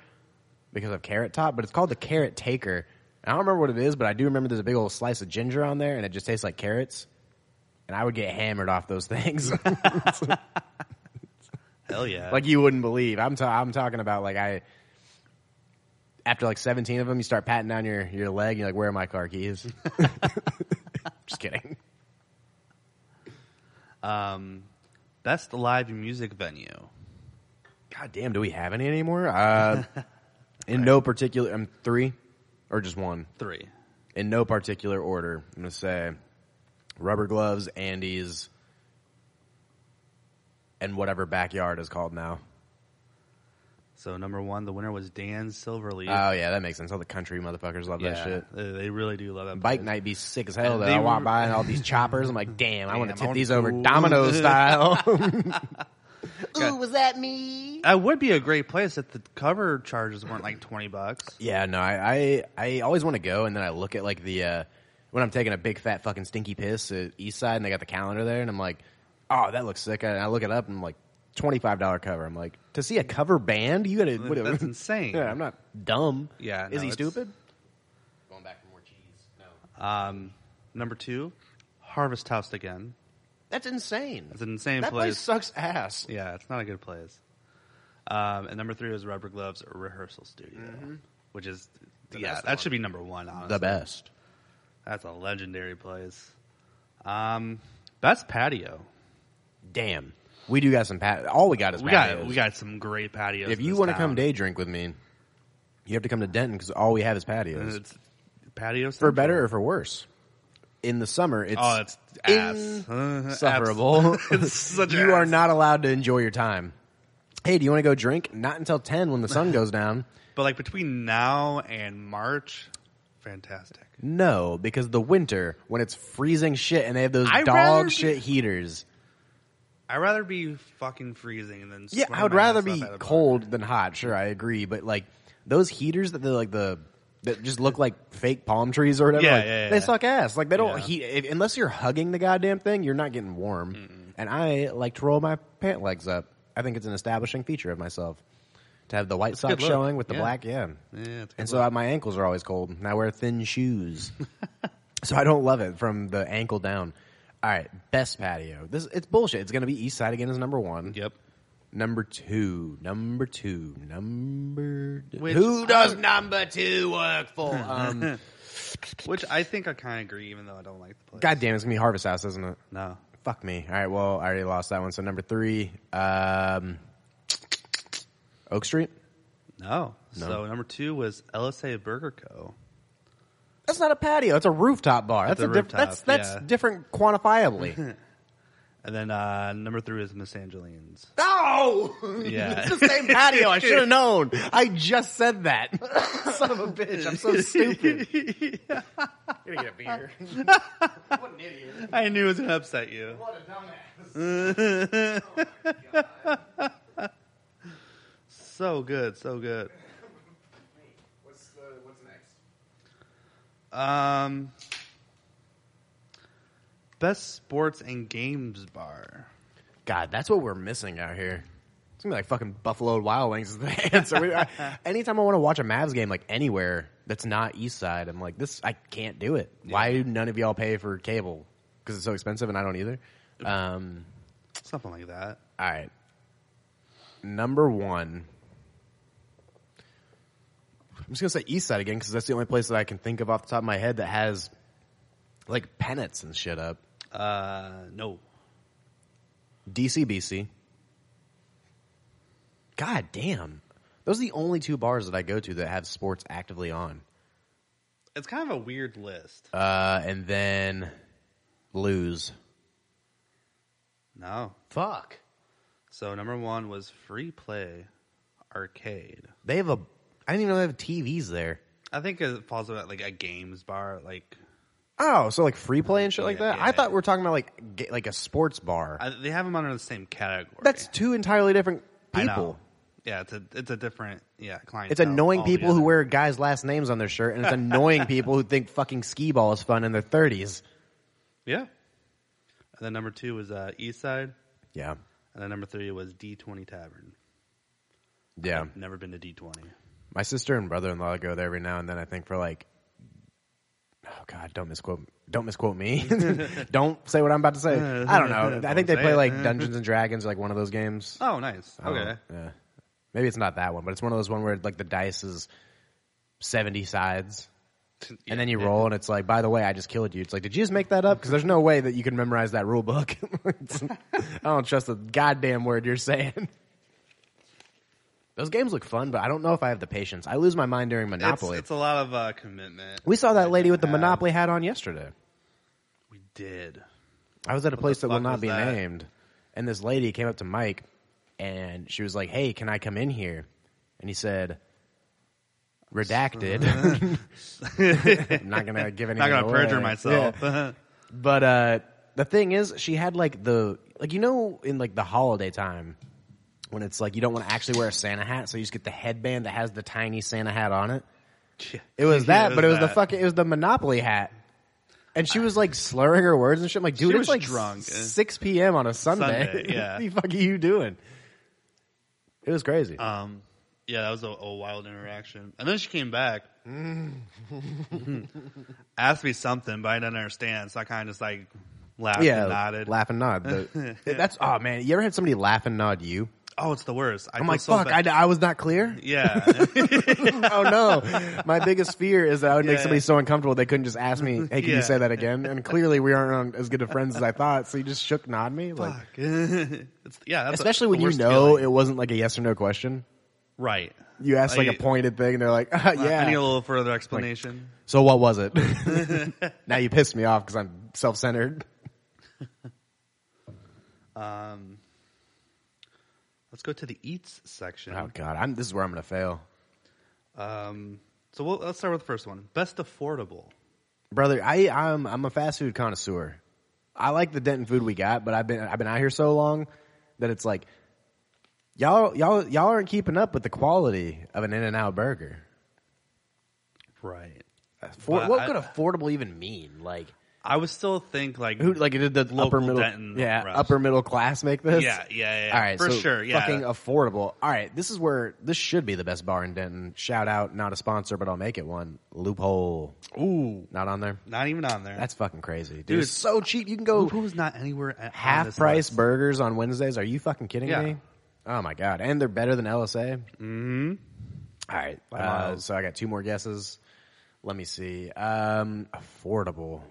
Speaker 1: because of carrot top, but it's called the carrot taker. And I don't remember what it is, but I do remember there's a big old slice of ginger on there, and it just tastes like carrots. And I would get hammered off those things,
Speaker 2: Hell yeah!
Speaker 1: like you wouldn't believe. I'm ta- I'm talking about like I. After like 17 of them, you start patting down your, your leg. And you're like, where are my car keys? Just kidding.
Speaker 2: best live music venue.
Speaker 1: God damn, do we have any anymore? Uh, in no particular, I'm three or just one.
Speaker 2: Three.
Speaker 1: In no particular order, I'm gonna say rubber gloves, Andes, and whatever backyard is called now.
Speaker 2: So number one, the winner was Dan Silverleaf.
Speaker 1: Oh yeah, that makes sense. All the country motherfuckers love that shit.
Speaker 2: They, they really do love that.
Speaker 1: Bike
Speaker 2: place.
Speaker 1: night be sick as hell.
Speaker 2: And
Speaker 1: Though
Speaker 2: they
Speaker 1: I walk
Speaker 2: were-
Speaker 1: by and all these choppers, I'm like, damn, I want
Speaker 2: Damn,
Speaker 1: to tip
Speaker 2: I wanna
Speaker 1: these over
Speaker 2: go.
Speaker 1: domino style.
Speaker 2: God.
Speaker 1: Ooh, was that me?
Speaker 2: That would be a great place if the cover charges weren't like twenty bucks.
Speaker 1: Yeah, no, I I, I always want to go, and then I look at like the uh, when I'm taking a big fat fucking stinky piss at East Side, and they got the calendar there, and I'm like, oh, that looks sick. And I look it up, and I'm like, twenty five dollar cover. I'm like, to see a cover band, you gotta what,
Speaker 2: That's insane.
Speaker 1: Yeah, I'm not dumb.
Speaker 2: Yeah,
Speaker 1: is
Speaker 2: no,
Speaker 1: he
Speaker 2: it's-
Speaker 1: stupid? Going back for more cheese. No,
Speaker 2: Um, number two, Harvest House again.
Speaker 1: that's insane.
Speaker 2: It's an insane
Speaker 1: that
Speaker 2: place.
Speaker 1: place sucks ass.
Speaker 2: Yeah, it's not a good place. Um, and number three was Rubber Gloves Rehearsal Studio,
Speaker 1: Mm-hmm.
Speaker 2: which is
Speaker 1: The
Speaker 2: yeah,
Speaker 1: best
Speaker 2: that
Speaker 1: one.
Speaker 2: should be number one. Honestly,
Speaker 1: The best.
Speaker 2: That's a legendary place. Um, best patio.
Speaker 1: Damn, we do got some pat. All we got is
Speaker 2: We got
Speaker 1: patios.
Speaker 2: we got some great patios.
Speaker 1: If
Speaker 2: in
Speaker 1: you
Speaker 2: this
Speaker 1: want to
Speaker 2: town.
Speaker 1: come day drink with me, you have to come to Denton because all we have is
Speaker 2: And
Speaker 1: patios.
Speaker 2: it's patios
Speaker 1: for better or for worse. In the summer, it's
Speaker 2: Oh, it's ass. Uh-huh.
Speaker 1: insufferable.
Speaker 2: It's such
Speaker 1: you are
Speaker 2: ass.
Speaker 1: not allowed to enjoy your time. Hey, do you want to go drink? Not until ten when the sun goes down.
Speaker 2: But like between now and March, fantastic.
Speaker 1: No, because the winter when it's freezing shit and they have those
Speaker 2: I'd rather
Speaker 1: dog
Speaker 2: be-
Speaker 1: shit heaters.
Speaker 2: I'd rather be fucking freezing than
Speaker 1: Yeah,
Speaker 2: sweating
Speaker 1: I would
Speaker 2: my
Speaker 1: rather
Speaker 2: ass off
Speaker 1: be
Speaker 2: at a bar.
Speaker 1: cold than hot. Sure, I agree, but like those heaters that they're like the that just look like fake palm trees or whatever.
Speaker 2: Yeah,
Speaker 1: like,
Speaker 2: yeah, yeah.
Speaker 1: They suck ass. Like they don't
Speaker 2: Yeah.
Speaker 1: heat if, unless you're hugging the goddamn thing. You're not getting warm. And I like to roll my pant legs up. I think it's an establishing feature of myself to have the white
Speaker 2: a
Speaker 1: socks
Speaker 2: good look.
Speaker 1: showing with the
Speaker 2: Yeah.
Speaker 1: black. Yeah,
Speaker 2: Yeah, it's
Speaker 1: and so I, my ankles are always cold, and I wear thin shoes, so I don't love it from the ankle down. All right, best patio. This it's bullshit. It's gonna be East Side again is number one.
Speaker 2: Yep.
Speaker 1: Number two, number two, number.
Speaker 2: Which-
Speaker 1: who does number two work for? Um,
Speaker 2: Which I think I kind of agree, even though I don't like the place.
Speaker 1: God damn, it's gonna be Harvest House, isn't it?
Speaker 2: No.
Speaker 1: Fuck me. All right, well, I already lost that one. So number three, um, Oak Street.
Speaker 2: No.
Speaker 1: No.
Speaker 2: So number two was LSA Burger Co.
Speaker 1: That's not a patio. It's a rooftop bar. That's
Speaker 2: a
Speaker 1: a, diff-
Speaker 2: rooftop,
Speaker 1: that's that's
Speaker 2: yeah.
Speaker 1: different quantifiably.
Speaker 2: And then uh, number three is Miss Angeline's.
Speaker 1: no,
Speaker 2: Yeah.
Speaker 1: it's the same patio. I should have known. I just said that. Son of a bitch. I'm so stupid. Gonna get a beer. what an idiot.
Speaker 2: I knew it was going to upset you.
Speaker 1: What a dumbass.
Speaker 2: So good, so good.
Speaker 1: What's uh, what's next?
Speaker 2: Um, best sports and games bar.
Speaker 1: God, that's what we're missing out here. It's gonna be like fucking Buffalo Wild Wings is the answer. We, I, anytime I want to watch a Mavs game, like anywhere, that's not East Side. I'm like, this I can't do it. Why do none of y'all pay for cable? Because it's so expensive, and I don't either. Um,
Speaker 2: Something like that.
Speaker 1: all right. Number one. I'm just gonna say East Side again because that's the only place that I can think of off the top of my head that has like pennants and shit up.
Speaker 2: Uh, no.
Speaker 1: DCBC. God damn. Those are the only two bars that I go to that have sports actively on.
Speaker 2: It's kind of a weird list.
Speaker 1: Uh, and then lose.
Speaker 2: No.
Speaker 1: Fuck.
Speaker 2: So number one was Free Play Arcade.
Speaker 1: They have a. I didn't even know they have TVs there.
Speaker 2: I think it falls about like a games bar. Like
Speaker 1: Oh, so like free play and shit like
Speaker 2: Yeah,
Speaker 1: that.
Speaker 2: yeah.
Speaker 1: I thought we were talking about like ga- like a sports bar.
Speaker 2: I, they have them under the same category.
Speaker 1: That's two entirely different
Speaker 2: I know.
Speaker 1: people.
Speaker 2: Yeah, it's a it's a different yeah client.
Speaker 1: It's annoying people who wear guys' last names on their shirt, and it's annoying people who think fucking skee ball is fun in their thirties.
Speaker 2: yeah. And then number two was uh, East Side,
Speaker 1: Yeah,
Speaker 2: and then number three was D Twenty Tavern.
Speaker 1: yeah.
Speaker 2: Never been to D Twenty.
Speaker 1: My sister and brother in law go there every now and then. I think for like, oh god, don't misquote, don't misquote me. don't say what I'm about to say. I don't know. I think they
Speaker 2: Don't
Speaker 1: play
Speaker 2: say
Speaker 1: like
Speaker 2: it.
Speaker 1: Dungeons and Dragons, or like one of those games.
Speaker 2: Oh, nice.
Speaker 1: I don't
Speaker 2: Okay.
Speaker 1: know. Yeah. Maybe it's not that one, but it's one of those one where like the dice is seventy sides, and then you
Speaker 2: Yeah.
Speaker 1: roll, and it's like, by the way, I just killed you. It's like, did you just make that up? Because there's no way that you can memorize that rule book. It's- I don't trust a goddamn word you're saying. Those games look fun, but I don't know if I have the patience. I lose my mind during
Speaker 2: It's,
Speaker 1: Monopoly.
Speaker 2: it's a lot of uh, commitment.
Speaker 1: we saw that lady with the
Speaker 2: Uh,
Speaker 1: Monopoly hat on yesterday.
Speaker 2: We did.
Speaker 1: I was at a place
Speaker 2: the
Speaker 1: that will
Speaker 2: fuck
Speaker 1: not
Speaker 2: was
Speaker 1: be
Speaker 2: that?
Speaker 1: named, and this lady came up to Mike, and she was like, "Hey, can I come in here?" And he said, "Redacted." I'm not gonna give any.
Speaker 2: Not gonna perjure myself.
Speaker 1: But uh, the thing is, she had like the like you know in like the holiday time when it's like you don't want to actually wear a Santa hat, so you just get the headband that has the tiny Santa hat on it. It was that, but it was the fucking it was the Monopoly hat. And she was like slurring her words and shit. I'm like, dude,
Speaker 2: She
Speaker 1: it's
Speaker 2: was
Speaker 1: like
Speaker 2: drunk.
Speaker 1: six p.m. on a Sunday.
Speaker 2: Sunday, yeah.
Speaker 1: what the fuck are you doing? It was crazy.
Speaker 2: Um, yeah, that was a, a wild interaction. And then she came back,
Speaker 1: Mm.
Speaker 2: asked me something, but I didn't understand. So I kind of just like laughed
Speaker 1: yeah,
Speaker 2: and nodded.
Speaker 1: laugh and nod. The- that's oh man, you ever had somebody laugh and nod you?
Speaker 2: Oh, it's the worst. I
Speaker 1: I'm
Speaker 2: feel
Speaker 1: like,
Speaker 2: so
Speaker 1: fuck, I,
Speaker 2: bad.
Speaker 1: I was not clear.
Speaker 2: yeah,
Speaker 1: oh no, my biggest fear is that I would make
Speaker 2: Yeah.
Speaker 1: somebody so uncomfortable they couldn't just ask me, "Hey, can
Speaker 2: Yeah.
Speaker 1: you say that again?" And clearly, we aren't on as good of friends as I thought. So you just shook nod me, like
Speaker 2: fuck. it's, yeah, that's
Speaker 1: especially
Speaker 2: the
Speaker 1: when you
Speaker 2: worst
Speaker 1: know
Speaker 2: feeling.
Speaker 1: it wasn't like a yes or no question.
Speaker 2: right.
Speaker 1: You ask like a
Speaker 2: Like-
Speaker 1: pointed thing, and they're like, ah,
Speaker 2: I- I need a
Speaker 1: "Yeah."
Speaker 2: little further explanation.
Speaker 1: So what was it? now you pissed me off because I'm self centered.
Speaker 2: um, let's go to the eats section.
Speaker 1: Oh god, I'm, this is where I'm gonna fail,
Speaker 2: Um, so we'll, let's start with the first one. Best affordable.
Speaker 1: brother. I I'm I'm a fast food connoisseur. I like the Denton food we got, but I've been I've been out here so long that it's like y'all y'all y'all aren't keeping up with the quality of an In and Out burger.
Speaker 2: Right.
Speaker 1: For,
Speaker 2: But
Speaker 1: what
Speaker 2: I-
Speaker 1: could affordable even mean? Like
Speaker 2: I would still think like
Speaker 1: who? Like did the upper
Speaker 2: Local
Speaker 1: middle
Speaker 2: Denton
Speaker 1: yeah
Speaker 2: rest.
Speaker 1: upper middle class make this?
Speaker 2: Yeah, yeah, yeah.
Speaker 1: All right,
Speaker 2: for
Speaker 1: so
Speaker 2: sure. Yeah,
Speaker 1: fucking affordable. All right, this is where this should be the best bar in Denton. Shout out, not a sponsor, but I'll make it one. Loophole,
Speaker 2: ooh,
Speaker 1: not on there.
Speaker 2: not even on there.
Speaker 1: uh, That's fucking crazy, dude.
Speaker 2: Dude,
Speaker 1: it's so cheap. You can go
Speaker 2: Who's not anywhere at on
Speaker 1: half
Speaker 2: this
Speaker 1: price
Speaker 2: list.
Speaker 1: burgers on Wednesdays. Are you fucking kidding
Speaker 2: Yeah.
Speaker 1: me? Oh my god, and they're better than LSA. Mm-hmm. All right, uh,
Speaker 2: miles.
Speaker 1: so I got two more guesses. Let me see. Um, affordable.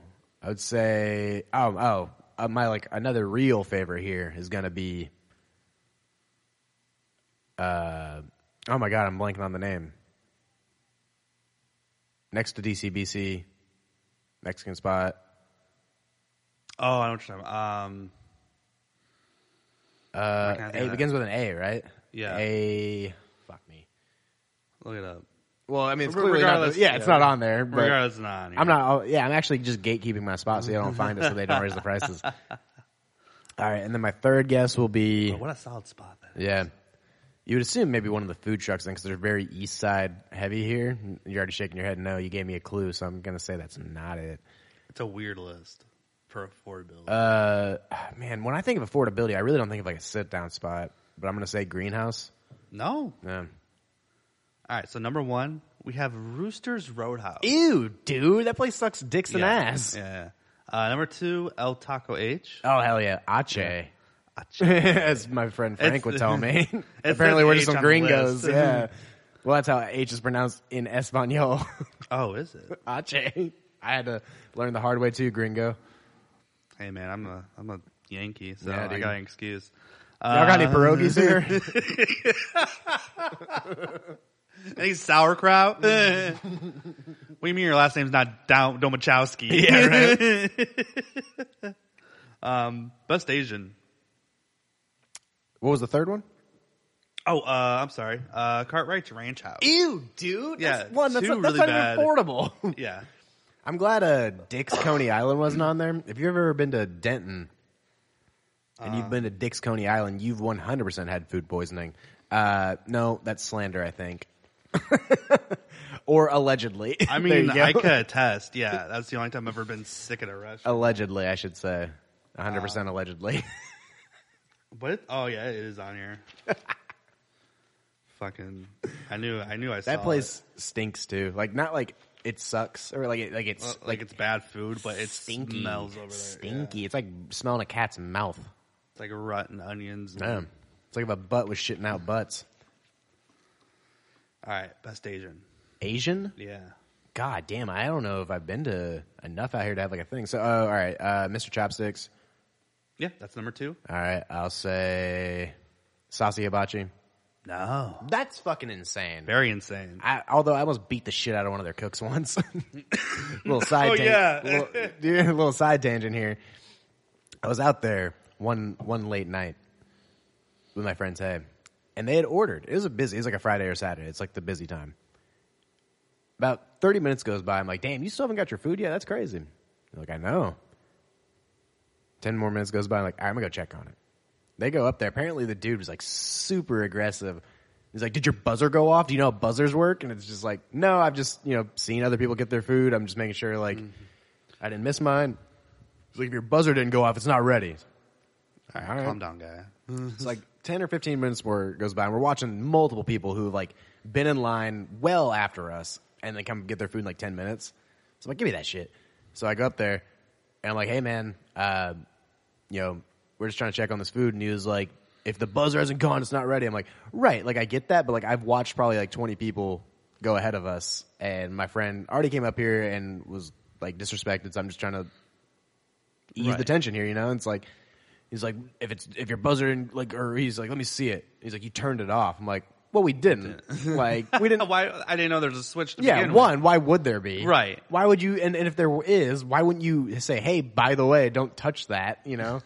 Speaker 1: I would say. Oh, oh, uh, my like another real favorite here is gonna be. Uh, oh my god, I'm blanking on the name. Next to DCBC, Mexican spot.
Speaker 2: Oh, I know what you're talking about. Um,
Speaker 1: Uh,
Speaker 2: can't I think
Speaker 1: a
Speaker 2: of that?
Speaker 1: begins with an A, right?
Speaker 2: Yeah.
Speaker 1: A. Fuck me.
Speaker 2: look it up.
Speaker 1: Well, I mean,
Speaker 2: it's clearly not-
Speaker 1: yeah, it's
Speaker 2: yeah.
Speaker 1: not on there. But
Speaker 2: Regardless, it's not. on here.
Speaker 1: I'm not. oh, Yeah, I'm actually just gatekeeping my spot so they don't find it, so they don't raise the prices. All right, and then my third guess will be
Speaker 2: But what a solid spot. That is.
Speaker 1: yeah. You would assume maybe one of the food trucks, because they're very east side heavy here. You're already shaking your head. No, you gave me a clue, so I'm gonna say that's not it.
Speaker 2: It's a weird list for affordability.
Speaker 1: Uh, man, when I think of affordability, I really don't think of like a sit down spot, but I'm gonna say greenhouse.
Speaker 2: no.
Speaker 1: Yeah.
Speaker 2: All right. So number one We have Rooster's Roadhouse.
Speaker 1: Ew, dude, that place sucks dicks and
Speaker 2: yeah.
Speaker 1: ass.
Speaker 2: Yeah. Uh, number two, El Taco H.
Speaker 1: Oh hell yeah, Ache.
Speaker 2: Ache.
Speaker 1: As my friend Frank
Speaker 2: It's-
Speaker 1: would tell me.
Speaker 2: says
Speaker 1: Apparently, we're just
Speaker 2: H
Speaker 1: some
Speaker 2: on the
Speaker 1: gringos.
Speaker 2: list. Mm-hmm.
Speaker 1: Yeah. Well, that's how H is pronounced in Espanol.
Speaker 2: Oh, is it?
Speaker 1: Ache. I had to learn the hard way too, gringo.
Speaker 2: Hey man, I'm a I'm a Yankee, so
Speaker 1: Yeah,
Speaker 2: I
Speaker 1: dude.
Speaker 2: got an excuse. Uh,
Speaker 1: Y'all got any pierogies here?
Speaker 2: Any sauerkraut? what do you mean your last name's not Dow- Domachowski?
Speaker 1: Yeah,
Speaker 2: um, best Asian.
Speaker 1: what was the third one?
Speaker 2: Oh, uh, I'm sorry. Uh, Cartwright's Ranch House.
Speaker 1: Ew, dude.
Speaker 2: Yeah,
Speaker 1: that's one that's,
Speaker 2: two
Speaker 1: not, that's
Speaker 2: really
Speaker 1: not
Speaker 2: bad.
Speaker 1: even affordable.
Speaker 2: Yeah.
Speaker 1: I'm glad uh, Dick's Coney Island wasn't on there. If you've ever been to Denton and you've been to Dick's Coney Island, you've 100% had food poisoning. Uh, no, that's slander, I think. or allegedly.
Speaker 2: I
Speaker 1: There
Speaker 2: mean,
Speaker 1: you go.
Speaker 2: I could attest. Yeah, that's the only time I've ever been sick at a restaurant.
Speaker 1: Allegedly, I should say.
Speaker 2: Uh,
Speaker 1: 100% allegedly.
Speaker 2: But it, oh yeah, it is on here. Fucking, I knew, I knew I saw
Speaker 1: that
Speaker 2: it.
Speaker 1: place stinks too. Like, not like it sucks or like it, like it's
Speaker 2: Well, Uh, like it's bad food, but uh, it
Speaker 1: stinky.
Speaker 2: smells over there. yeah.
Speaker 1: stinky. It's like smelling a cat's mouth.
Speaker 2: It's like rotten onions.
Speaker 1: Yeah. It's like if a butt was shitting out butts.
Speaker 2: All right, best Asian.
Speaker 1: Asian?
Speaker 2: Yeah.
Speaker 1: God damn, I don't know if I've been to enough out here to have like a thing. So, oh, all right, uh, Mr. Chopsticks.
Speaker 2: Yeah, that's number two.
Speaker 1: All right, I'll say Saucy Hibachi.
Speaker 2: No.
Speaker 1: That's fucking insane.
Speaker 2: Very insane.
Speaker 1: I, although I almost beat the shit out of one of their cooks once. little side,
Speaker 2: Oh,
Speaker 1: tan-
Speaker 2: yeah.
Speaker 1: little, dude, little side tangent here. I was out there one one late night with my friend's head, and they had ordered. It was a busy. It was like a Friday or Saturday. It's like the busy time. About thirty minutes goes by. I'm like, damn, you still haven't got your food yet? That's crazy. They're like, I know. Ten more minutes goes by. I'm like, "All right, I'm gonna go check on it. They go up there. Apparently, the dude was like super aggressive. He's like, "Did your buzzer go off? Do you know how buzzers work?" And it's just like, "No, I've just you know seen other people get their food. I'm just making sure like I didn't miss mine." He's like, "If your buzzer didn't go off, it's not ready."
Speaker 2: All right,
Speaker 1: all right.
Speaker 2: calm down, guy.
Speaker 1: It's like ten or fifteen minutes more goes by, and we're watching multiple people who've like been in line well after us, and they come get their food in like ten minutes. So I'm like, give me that shit. So I go up there, and I'm like, hey man, uh, you know, we're just trying to check on this food, and he was like, if the buzzer hasn't gone, it's not ready. I'm like, right, like I get that, but like I've watched probably like twenty people go ahead of us, and my friend already came up here and was like disrespected, so I'm just trying to ease the
Speaker 2: Right.
Speaker 1: tension here, you know? It's like he's like, if it's if your buzzer and like or he's like, let me see it. He's like, you turned it off. I'm like, well, we didn't. like we didn't.
Speaker 2: Why? I didn't know there was a switch. To
Speaker 1: Yeah,
Speaker 2: begin with.
Speaker 1: one. Why would there be?
Speaker 2: Right.
Speaker 1: Why would you? And, and if there is, why wouldn't you say, hey, by the way, don't touch that? You know.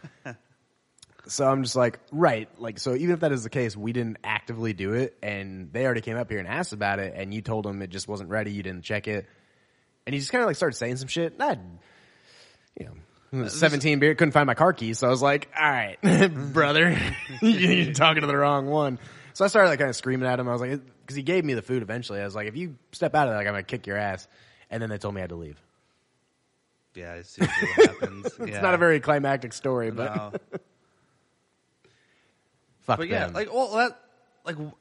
Speaker 1: so I'm just like, right. Like so, even if that is the case, we didn't actively do it, and they already came up here and asked about it, and you told them it just wasn't ready. You didn't check it, and he just kind of like started saying some shit. And I, you know. 17 beer, couldn't find my car keys, so I was like, all right, brother, you're talking to the wrong one. So I started like kind of screaming at him. I was like, cause he gave me the food eventually. I was like, if you step out of that, like, I'm gonna kick your ass. And then they told me I had to leave.
Speaker 2: Yeah, I see what happens.
Speaker 1: It's not a very climactic story, but
Speaker 2: No.
Speaker 1: fuck
Speaker 2: But yeah,
Speaker 1: them.
Speaker 2: like well, that like w-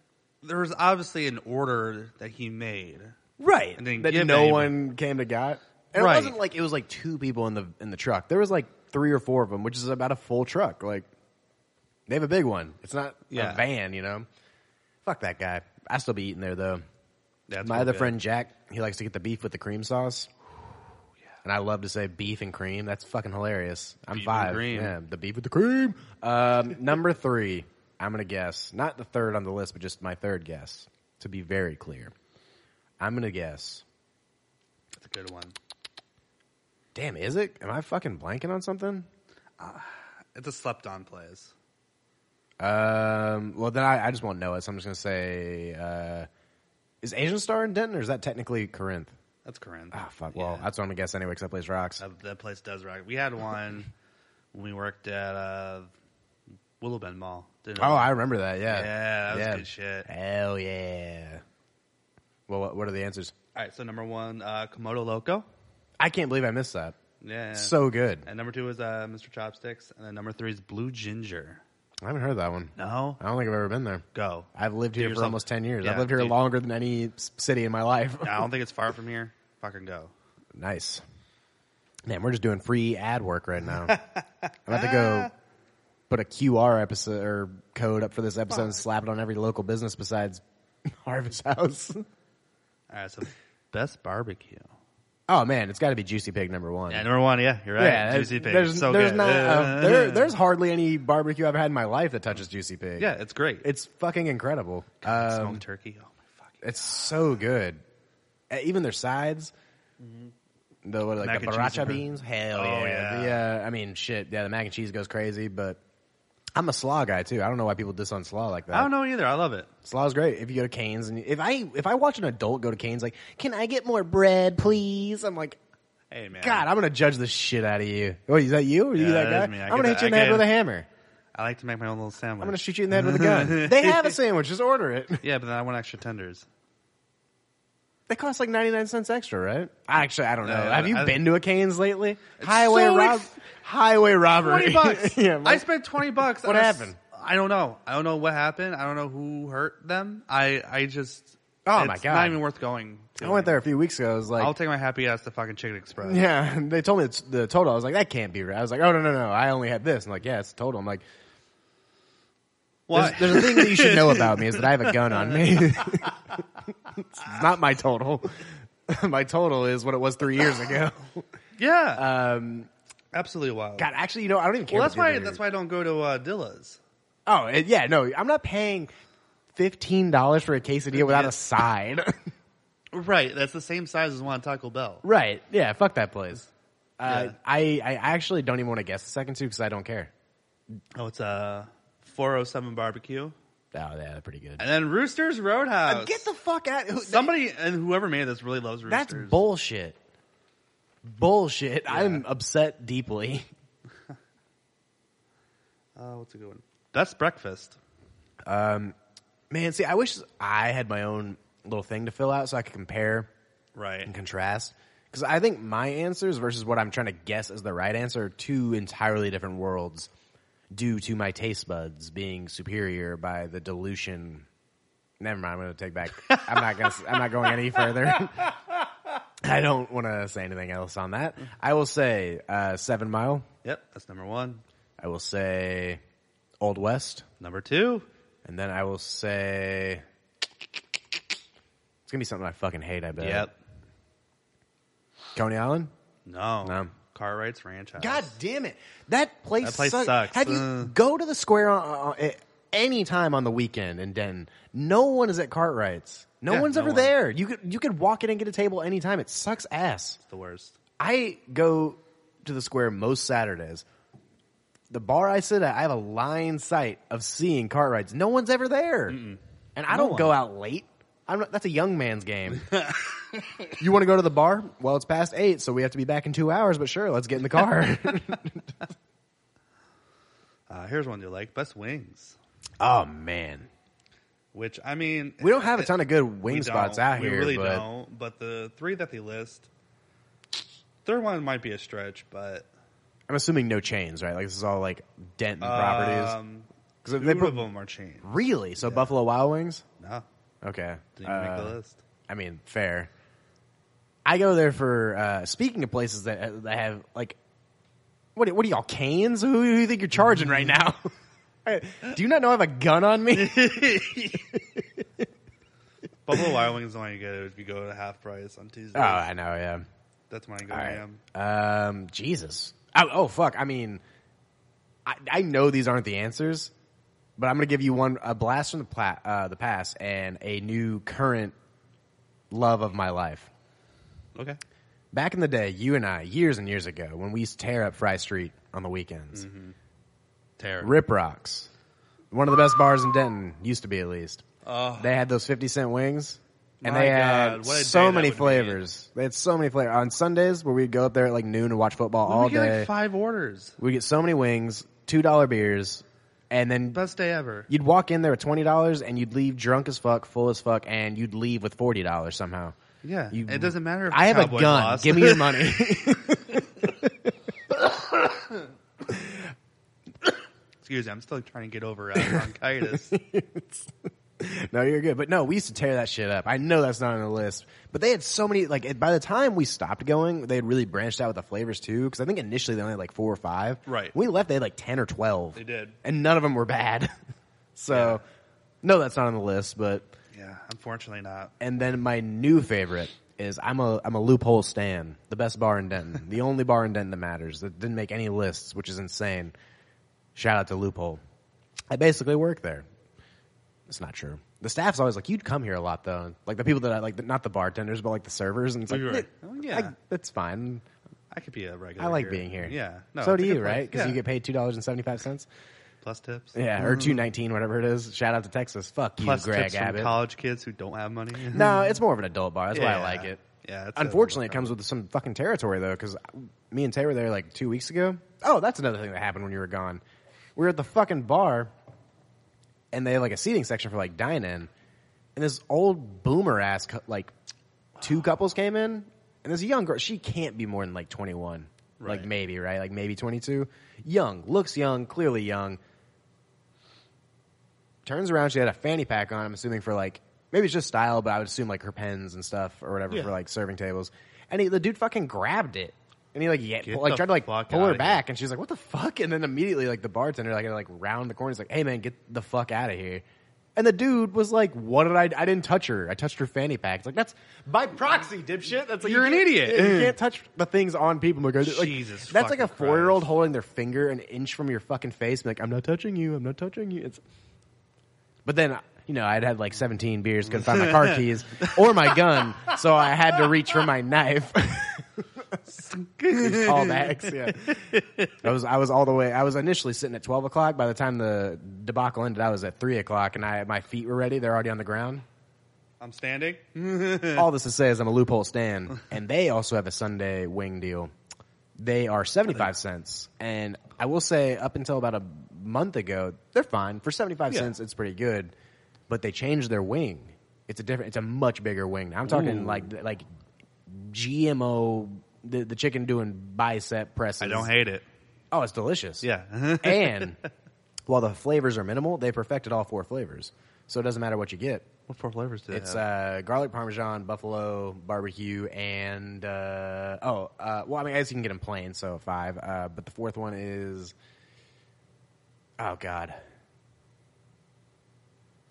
Speaker 2: there was obviously an order that he made.
Speaker 1: right.
Speaker 2: and then
Speaker 1: that
Speaker 2: give
Speaker 1: no
Speaker 2: anybody-
Speaker 1: one came to got. And
Speaker 2: Right.
Speaker 1: it wasn't like, it was like two people in the, in the truck. There was like three or four of them, which is about a full truck. Like they have a big one. It's not
Speaker 2: Yeah.
Speaker 1: a van, you know? Fuck that guy. I still be eating there though.
Speaker 2: That's
Speaker 1: My
Speaker 2: real
Speaker 1: other
Speaker 2: good.
Speaker 1: friend Jack, he likes to get the beef with the cream sauce. And I love to say beef and cream. That's fucking hilarious. I'm
Speaker 2: Beef and
Speaker 1: five.
Speaker 2: cream.
Speaker 1: Yeah, the beef with the cream. Um, number three, I'm gonna guess. Not the third on the list, but just my third guess. To be very clear, I'm gonna guess.
Speaker 2: That's a good one.
Speaker 1: Damn, is it? Am I fucking blanking on something?
Speaker 2: It's a slept-on place.
Speaker 1: Um, well, then I, I just won't know it. So I'm just gonna say, uh, is Asian Star in Denton, or is that technically Corinth?
Speaker 2: That's Corinth.
Speaker 1: Ah, fuck. Well,
Speaker 2: Yeah.
Speaker 1: that's what I'm gonna guess anyway, because I plays rocks.
Speaker 2: That, that place does rock. We had one when we worked at uh, Willow Bend Mall. Didn't
Speaker 1: Oh,
Speaker 2: we?
Speaker 1: I remember that. Yeah,
Speaker 2: Yeah, that was good shit.
Speaker 1: Hell yeah. Well, what, what are the answers?
Speaker 2: All right, so number one, uh, Komodo Loco.
Speaker 1: I can't believe I missed that.
Speaker 2: Yeah.
Speaker 1: So good.
Speaker 2: And number two is uh, Mr. Chopsticks, and then number three is Blue Ginger.
Speaker 1: I haven't heard of that one.
Speaker 2: No,
Speaker 1: I don't think I've ever been there.
Speaker 2: go.
Speaker 1: I've lived
Speaker 2: Do
Speaker 1: here for
Speaker 2: yourself-
Speaker 1: almost 10 years. I've
Speaker 2: Yeah,
Speaker 1: lived here
Speaker 2: dude.
Speaker 1: longer than any s- city in my life.
Speaker 2: I don't think it's far from here. Fucking go.
Speaker 1: Nice. Man, we're just doing free ad work right now. I'm about to go put a QR episode or code up for this episode and slap it on every local business besides Harvest House.
Speaker 2: All right, so best barbecue.
Speaker 1: oh man, it's got to be Juicy Pig number one.
Speaker 2: Yeah, number one. Yeah, you're right.
Speaker 1: Yeah,
Speaker 2: Juicy pig.
Speaker 1: There's,
Speaker 2: so
Speaker 1: there's
Speaker 2: good. Uh,
Speaker 1: not
Speaker 2: Yeah.
Speaker 1: a- there- there's hardly any barbecue I've had in my life that touches Juicy Pig.
Speaker 2: yeah, it's great.
Speaker 1: it's fucking incredible.
Speaker 2: God,
Speaker 1: Um,
Speaker 2: smoked turkey. Oh my fucking.
Speaker 1: It's so good. Uh, Even their sides, the what, like
Speaker 2: Mm-hmm. Mac
Speaker 1: the
Speaker 2: and
Speaker 1: baracha
Speaker 2: cheese and-
Speaker 1: beans. Hell
Speaker 2: Oh,
Speaker 1: yeah. The, uh, I mean, shit. Yeah, the mac and cheese goes crazy, but I'm a slaw guy too. I don't know why people diss on slaw like that.
Speaker 2: I don't know either. I love it.
Speaker 1: Slaw's great. If you go to Canes, and if I if I watch an adult go to Canes, like, can I get more bread, please? I'm like.
Speaker 2: Hey man,
Speaker 1: God, I'm gonna judge the shit out of you. Wait, is that you? Are you
Speaker 2: Yeah,
Speaker 1: that
Speaker 2: that
Speaker 1: guy?
Speaker 2: is me. I
Speaker 1: I'm
Speaker 2: get
Speaker 1: gonna hit
Speaker 2: that-
Speaker 1: you in the
Speaker 2: I
Speaker 1: head
Speaker 2: get
Speaker 1: with
Speaker 2: it.
Speaker 1: a hammer.
Speaker 2: I like to make my own little sandwich.
Speaker 1: I'm gonna shoot you in the head with a gun. they have a sandwich. Just order it.
Speaker 2: Yeah, but then I want extra tenders.
Speaker 1: They cost like ninety nine cents extra, right? Actually, I don't know.
Speaker 2: No,
Speaker 1: Have you
Speaker 2: I-
Speaker 1: been to a Canes lately? Highway
Speaker 2: so
Speaker 1: rob,
Speaker 2: ex-
Speaker 1: highway robbery.
Speaker 2: Twenty bucks.
Speaker 1: yeah,
Speaker 2: I
Speaker 1: my-
Speaker 2: spent twenty bucks.
Speaker 1: What
Speaker 2: on a s-
Speaker 1: happened?
Speaker 2: I don't know. I don't know what happened. I don't know who hurt them. I I just.
Speaker 1: Oh,
Speaker 2: it's
Speaker 1: my God.
Speaker 2: Not even worth going. to.
Speaker 1: I went there a few weeks ago. I was like,
Speaker 2: I'll take my happy ass to fucking Chicken Express.
Speaker 1: yeah. and They told me it's the total. I was like, that can't be right. I was like, oh no no no. I only had this. And like, yeah, it's the total. I'm like,
Speaker 2: Why?
Speaker 1: there's, there's a thing that you should know about me is that I have a gun on me. it's not my total. my total is what it was three years ago.
Speaker 2: yeah.
Speaker 1: Um,
Speaker 2: absolutely wild.
Speaker 1: God, actually, you know, I don't even care.
Speaker 2: well, that's
Speaker 1: what
Speaker 2: why.
Speaker 1: the other-
Speaker 2: That's why I don't go to uh, Dilla's.
Speaker 1: Oh it- yeah, no, I'm not paying fifteen dollars for a quesadilla without a side.
Speaker 2: Right. That's the same size as one at Taco Bell.
Speaker 1: right? Yeah, fuck that place. Uh,
Speaker 2: Yeah.
Speaker 1: I I actually don't even want to guess the second two because I don't care.
Speaker 2: Oh, it's a four oh seven barbecue,
Speaker 1: Oh yeah, they're pretty good.
Speaker 2: and then Rooster's Roadhouse.
Speaker 1: Uh, Get the fuck out! Who,
Speaker 2: Somebody and whoever made this really loves Roosters.
Speaker 1: that's bullshit. Bullshit. I'm upset deeply.
Speaker 2: Uh, what's a good one? That's breakfast.
Speaker 1: Man, see, I wish I had my own little thing to fill out so I could compare
Speaker 2: Right.
Speaker 1: and contrast. Because I think my answers versus what I'm trying to guess is the right answer are two entirely different worlds due to my taste buds being superior by the dilution. Never mind, I'm going to take back. I'm not going to, I'm not going any further. I don't want to say anything else on that. I will say, uh, Seven Mile.
Speaker 2: Yep. That's number one.
Speaker 1: I will say Old West.
Speaker 2: Number two.
Speaker 1: And then I will say, it's going to be something I fucking hate, I bet.
Speaker 2: Yep.
Speaker 1: Coney Island?
Speaker 2: No.
Speaker 1: No.
Speaker 2: Cartwright's Ranch House.
Speaker 1: God damn it! That place,
Speaker 2: That place
Speaker 1: suck-
Speaker 2: sucks. Mm.
Speaker 1: Have you
Speaker 2: Ugh.
Speaker 1: go to the square on, on, at any time on the weekend in Denton? No one is at Cartwright's. No
Speaker 2: Yeah,
Speaker 1: one's
Speaker 2: no
Speaker 1: ever
Speaker 2: one.
Speaker 1: there. You could you could walk in and get a table anytime. It sucks ass.
Speaker 2: It's the worst.
Speaker 1: I go to the square most Saturdays. The bar I sit at, I have a line sight of seeing Cartwright's. No one's ever there, and I don't
Speaker 2: one.
Speaker 1: go out late. I'm not, that's a young man's game. you want to go to the bar? Well, it's past eight, so we have to be back in two hours. But sure, let's get in the car.
Speaker 2: Uh, here's one you like. Best wings.
Speaker 1: Oh man,
Speaker 2: Which I mean,
Speaker 1: we don't have a ton of good
Speaker 2: we
Speaker 1: wing
Speaker 2: don't.
Speaker 1: spots out
Speaker 2: We
Speaker 1: here.
Speaker 2: really
Speaker 1: but
Speaker 2: don't. But the three that they list, third one might be a stretch, but
Speaker 1: I'm assuming no chains, right? Like this is all like Denton properties.
Speaker 2: um,
Speaker 1: 'Cause if
Speaker 2: two
Speaker 1: they
Speaker 2: of
Speaker 1: put-
Speaker 2: them are chain.
Speaker 1: Really? So Buffalo Wild Wings?
Speaker 2: No,
Speaker 1: Okay.
Speaker 2: didn't even make
Speaker 1: Uh,
Speaker 2: the list.
Speaker 1: I mean, fair. I go there for uh, speaking of places that uh, that have like what? What are y'all canes? Who, who do you think you're charging right now? Hey, do you not know I have a gun on me?
Speaker 2: Buffalo Wild Wings is the one you go to if you go to half price on Tuesday.
Speaker 1: oh, I know. Yeah.
Speaker 2: That's when I go
Speaker 1: All
Speaker 2: to
Speaker 1: right.
Speaker 2: am.
Speaker 1: Um, Jesus. Oh, oh, fuck. I mean, I, I know these aren't the answers, but I'm going to give you one a blast from the pla- uh, the past and a new current love of my life.
Speaker 2: Okay.
Speaker 1: Back in the day, you and I, years and years ago, when we used to tear up Fry Street on the weekends,
Speaker 2: Terror.
Speaker 1: Rip Rocks, one of the best bars in Denton, used to be at least.
Speaker 2: Oh.
Speaker 1: They had those 50 cent wings. And
Speaker 2: My
Speaker 1: they
Speaker 2: God,
Speaker 1: had
Speaker 2: what a day
Speaker 1: so
Speaker 2: that
Speaker 1: many
Speaker 2: would be.
Speaker 1: flavors. They had so many flavors. On Sundays, where we'd go up there at like noon and watch football all
Speaker 2: we get
Speaker 1: day.
Speaker 2: like five orders.
Speaker 1: We get so many wings, two dollar beers, and then
Speaker 2: Best day ever.
Speaker 1: you'd walk in there with twenty dollars and you'd leave drunk as fuck, full as fuck, and you'd leave with forty dollars somehow.
Speaker 2: Yeah.
Speaker 1: You-
Speaker 2: it doesn't matter if
Speaker 1: I
Speaker 2: the
Speaker 1: have a
Speaker 2: Cowboys
Speaker 1: gun.
Speaker 2: lost.
Speaker 1: Give me your money.
Speaker 2: Excuse me, I'm still trying to get over uh, bronchitis.
Speaker 1: no, you're good. But no, we used to tear that shit up. I know that's not on the list, but they had so many. Like it- by the time we stopped going, they had really branched out with the flavors too. Because I think initially they only had like four or five.
Speaker 2: Right.
Speaker 1: When we left, they had like ten or twelve.
Speaker 2: They did.
Speaker 1: and none of them were bad. so, no, that's not on the list. But
Speaker 2: yeah, unfortunately not.
Speaker 1: and then my new favorite is I'm a I'm a loophole stan, the best bar in Denton, the only bar in Denton that matters that didn't make any lists, which is insane. Shout out to loophole. I basically work there. It's not true. The staff's always like, "You'd come here a lot, though." Like the people that I like, not the bartenders, but like the servers, and it's like,
Speaker 2: You're right.
Speaker 1: "Eh,
Speaker 2: Oh,
Speaker 1: I-
Speaker 2: yeah.
Speaker 1: that's fine.
Speaker 2: I could be a regular.
Speaker 1: I like being here.
Speaker 2: Yeah. No,
Speaker 1: so
Speaker 2: it's
Speaker 1: do
Speaker 2: a good
Speaker 1: you,
Speaker 2: place.
Speaker 1: right? Because
Speaker 2: Yeah.
Speaker 1: you get paid two dollars and seventy five cents.
Speaker 2: plus tips.
Speaker 1: Yeah, or two nineteen, whatever it is. Shout out to Texas. Fuck you,
Speaker 2: plus
Speaker 1: Greg
Speaker 2: tips from
Speaker 1: Abbott.
Speaker 2: college kids who don't have money.
Speaker 1: No, it's more of an adult bar. That's why I
Speaker 2: Mm-hmm. Yeah.
Speaker 1: like it.
Speaker 2: Yeah, it's a
Speaker 1: Unfortunately, it
Speaker 2: little
Speaker 1: comes with some fucking territory though, because me and Tay were there like two weeks ago. Oh, that's another thing that happened when you were gone. We were at the fucking bar, and they had like a seating section for like dine in, and this old boomer ass cou- like two couples came in, and this young girl. She can't be more than like twenty one, like
Speaker 2: Right.
Speaker 1: maybe right, like maybe twenty two. Young, looks young, clearly young turns around. She had a fanny pack on. I'm assuming for like maybe it's just style, but I would assume like her pens and stuff or whatever
Speaker 2: Yeah.
Speaker 1: for like serving tables. And he, the dude fucking grabbed it. And he like yeah,
Speaker 2: Get
Speaker 1: pull- like
Speaker 2: the
Speaker 1: tried to like
Speaker 2: fuck
Speaker 1: pull her
Speaker 2: outta
Speaker 1: back, and she's like, "What the fuck?" And then immediately like the bartender like had to, like round the corner. He's like, "Hey man, get the fuck out of here." And the dude was like, "What did I? I didn't touch her. I touched her fanny pack." It's like that's by proxy, dipshit. That's like
Speaker 2: You're
Speaker 1: you
Speaker 2: an
Speaker 1: can't-
Speaker 2: idiot.
Speaker 1: yeah, You can't touch the things on people. Like, like,
Speaker 2: Jesus
Speaker 1: that's like
Speaker 2: fucking
Speaker 1: a four year old holding their finger an inch from your fucking face. And be like, I'm not touching you. I'm not touching you. It's but then, you know, I'd had like 17 beers, couldn't find my car keys or my gun, so I had to reach for my knife. These callbacks, yeah. I was, I was all the way, I was initially sitting at 12 o'clock. By the time the debacle ended, I was at 3 o'clock and I, my feet were ready. They're already on the ground.
Speaker 2: I'm standing.
Speaker 1: Mm. All this to say is I'm a loophole stand, and they also have a Sunday wing deal. They are 75 cents, and I will say up until about a month ago, they're fine. For 75
Speaker 2: Yeah.
Speaker 1: cents, it's pretty good, but they changed their wing. It's a different, it's a much bigger wing. Now I'm talking
Speaker 2: Ooh.
Speaker 1: like, like GMO, the, the chicken doing bicep presses.
Speaker 2: I don't hate it.
Speaker 1: Oh, it's delicious.
Speaker 2: Yeah.
Speaker 1: and while the flavors are minimal, they perfected all four flavors. So it doesn't matter what you get.
Speaker 2: what four flavors do they
Speaker 1: It's
Speaker 2: have?
Speaker 1: uh, garlic parmesan, buffalo barbecue, and uh, oh, uh, well, I mean, I guess you can get them plain, so five. Uh, but the fourth one is, oh god,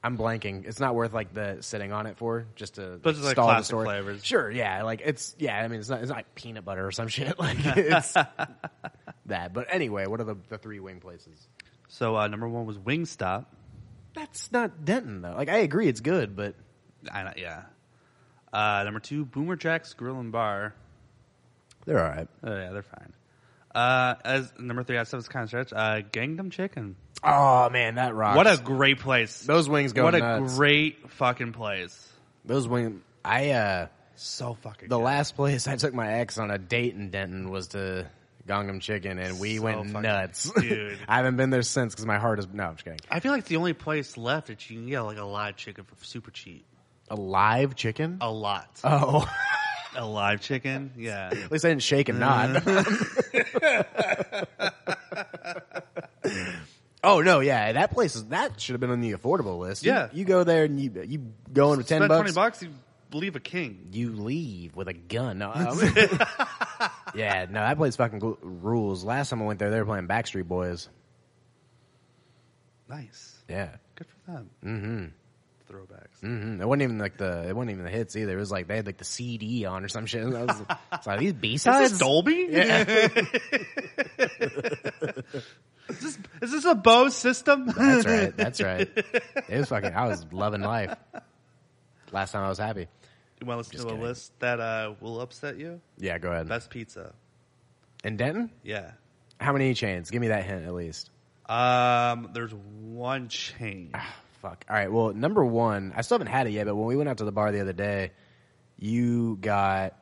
Speaker 1: I'm blanking. It's not worth like the sitting on it for just to
Speaker 2: But it's, like,
Speaker 1: stall the
Speaker 2: classic
Speaker 1: story.
Speaker 2: flavors.
Speaker 1: Sure, yeah, like it's yeah. I mean, it's not it's not like peanut butter or some shit like it's that. But anyway, what are the the three wing places?
Speaker 2: So uh, number one was Wingstop.
Speaker 1: That's not Denton though. Like I agree, it's good, but
Speaker 2: I, know- yeah. Uh, number two, Boomer Jack's Grill and Bar.
Speaker 1: they're all right.
Speaker 2: Oh yeah, they're fine. Uh, as number three, I said it's kind of stretch. Uh, Gangnam Chicken.
Speaker 1: Oh man, that rocks.
Speaker 2: What a great place.
Speaker 1: Those wings go
Speaker 2: What
Speaker 1: nuts.
Speaker 2: a great fucking place.
Speaker 1: Those wings. I uh
Speaker 2: So fucking.
Speaker 1: the
Speaker 2: good.
Speaker 1: last place I took my ex on a date in Denton was to Gangnam Chicken, and we
Speaker 2: So
Speaker 1: went
Speaker 2: fucking-
Speaker 1: nuts.
Speaker 2: dude.
Speaker 1: I haven't been there since because my heart is no. I'm just kidding.
Speaker 2: I feel like it's the only place left that you can get like a live chicken for super cheap.
Speaker 1: A live chicken.
Speaker 2: A lot.
Speaker 1: Oh,
Speaker 2: a live chicken. Yeah.
Speaker 1: at least I didn't shake and nod.
Speaker 2: Mm-hmm.
Speaker 1: oh no, yeah, that place is that should have been on the affordable list. You-
Speaker 2: Yeah.
Speaker 1: you, go there and you you go in with ten
Speaker 2: Spend
Speaker 1: bucks.
Speaker 2: twenty bucks, you leave a king.
Speaker 1: you leave with a gun. No, um, yeah, no, that place fucking gl- rules. Last time I went there, they were playing Backstreet Boys.
Speaker 2: Nice.
Speaker 1: Yeah.
Speaker 2: Good for them. Mm-hmm. Throwbacks.
Speaker 1: hmm It wasn't even like the it wasn't even the hits either. It was like they had like the CD on or some shit. And I was, it's like these B
Speaker 2: Is
Speaker 1: sides.
Speaker 2: this Dolby?
Speaker 1: Yeah,
Speaker 2: Is, this, is this a Bose system?
Speaker 1: that's right. That's right. It was fucking. I was loving life. Last time I was happy.
Speaker 2: you want to listen to
Speaker 1: kidding.
Speaker 2: a list that uh, will upset you?
Speaker 1: Yeah, go ahead.
Speaker 2: Best pizza.
Speaker 1: In Denton,
Speaker 2: Yeah.
Speaker 1: how many chains? Give me that hint at least.
Speaker 2: Um, there's one chain.
Speaker 1: Fuck. All right. Well, number one, I still haven't had it yet, but when we went out to the bar the other day, you got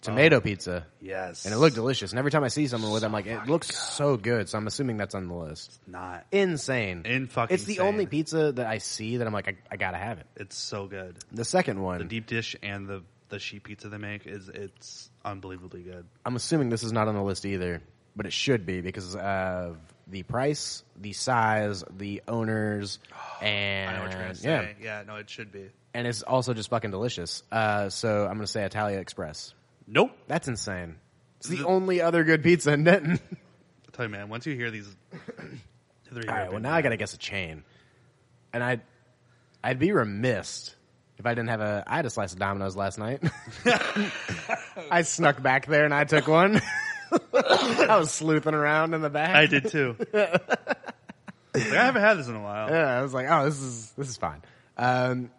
Speaker 1: tomato
Speaker 2: Oh.
Speaker 1: pizza,
Speaker 2: Yes.
Speaker 1: and it looked delicious. And every time I see someone with it, I'm like, it looks so good. So I'm assuming that's on the list.
Speaker 2: not.
Speaker 1: Insane.
Speaker 2: In fucking
Speaker 1: It's the
Speaker 2: sane.
Speaker 1: only pizza that I see that I'm like, I, I gotta have it.
Speaker 2: It's so good.
Speaker 1: The second one,
Speaker 2: The deep dish and the the sheet pizza they make is it's unbelievably good.
Speaker 1: I'm assuming this is not on the list either, but it should be because of the price, the size, the owners, and
Speaker 2: I know what you're gonna
Speaker 1: yeah,
Speaker 2: say. Yeah, no, it should be.
Speaker 1: and it's also just fucking delicious. Uh, so I'm gonna say Italia Express.
Speaker 2: Nope.
Speaker 1: That's insane. It's the
Speaker 2: Th-
Speaker 1: only other good pizza in Denton.
Speaker 2: I tell you, man. Once you hear these, three
Speaker 1: All right, well now I got to guess a chain, and I, would I'd be remiss if I didn't have a. I had a slice of Domino's last night. I snuck back there and I took one. I was sleuthing around in the back.
Speaker 2: I did too. like, I haven't had this in a while.
Speaker 1: Yeah, I was like, oh, this is this is fine. Um,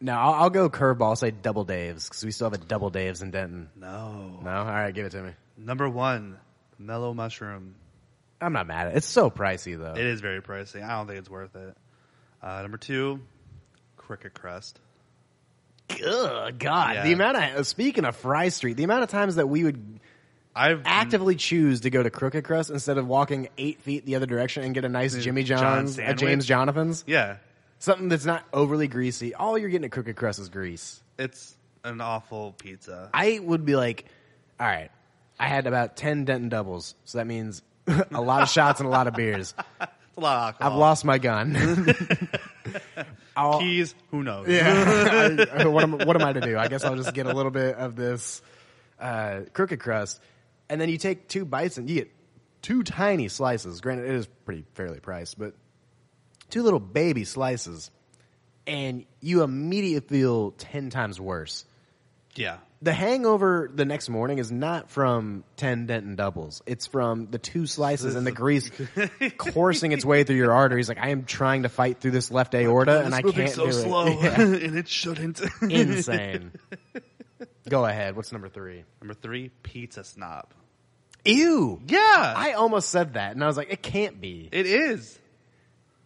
Speaker 1: no, I'll, I'll go curveball. I'll say double Daves because we still have a double Daves in Denton.
Speaker 2: No.
Speaker 1: No, all right, give it to me.
Speaker 2: Number one, mellow mushroom.
Speaker 1: I'm not mad at it. It's so pricey though.
Speaker 2: It is very pricey. I don't think it's worth it. Uh, number two, cricket crust.
Speaker 1: Ugh, God,
Speaker 2: Yeah.
Speaker 1: the amount of uh, speaking of Fry Street, the amount of times that we would
Speaker 2: I've
Speaker 1: actively choose to go to Crooked Crust instead of walking eight feet the other direction and get a nice Jimmy
Speaker 2: John
Speaker 1: John's, a
Speaker 2: sandwich?
Speaker 1: James Jonathan's,
Speaker 2: Yeah,
Speaker 1: something that's not overly greasy. All you're getting at Crooked Crust is grease.
Speaker 2: it's an awful pizza.
Speaker 1: I would be like, all right, I had about 10 Denton doubles, so that means a lot of shots and a lot of beers.
Speaker 2: It's a lot of
Speaker 1: I've
Speaker 2: alcohol.
Speaker 1: lost my gun. I'll-
Speaker 2: keys. Who knows?
Speaker 1: yeah. I- what, am, what am I to do? I guess I'll just get a little bit of this uh, crooked crust, and then you take two bites and you get two tiny slices. Granted, it is pretty fairly priced, but two little baby slices, and you immediately feel ten times worse.
Speaker 2: Yeah.
Speaker 1: The hangover the next morning is not from ten Denton doubles. It's from the two slices and the grease coursing its way through your arteries. Like I am trying to fight through this left aorta, and I
Speaker 2: It's moving
Speaker 1: can't
Speaker 2: so
Speaker 1: do it.
Speaker 2: slow,
Speaker 1: Yeah
Speaker 2: and it shouldn't.
Speaker 1: insane. Go ahead. What's number three?
Speaker 2: Number three, pizza snob.
Speaker 1: Ew.
Speaker 2: Yeah,
Speaker 1: I almost said that, and I was like, it can't be.
Speaker 2: it is.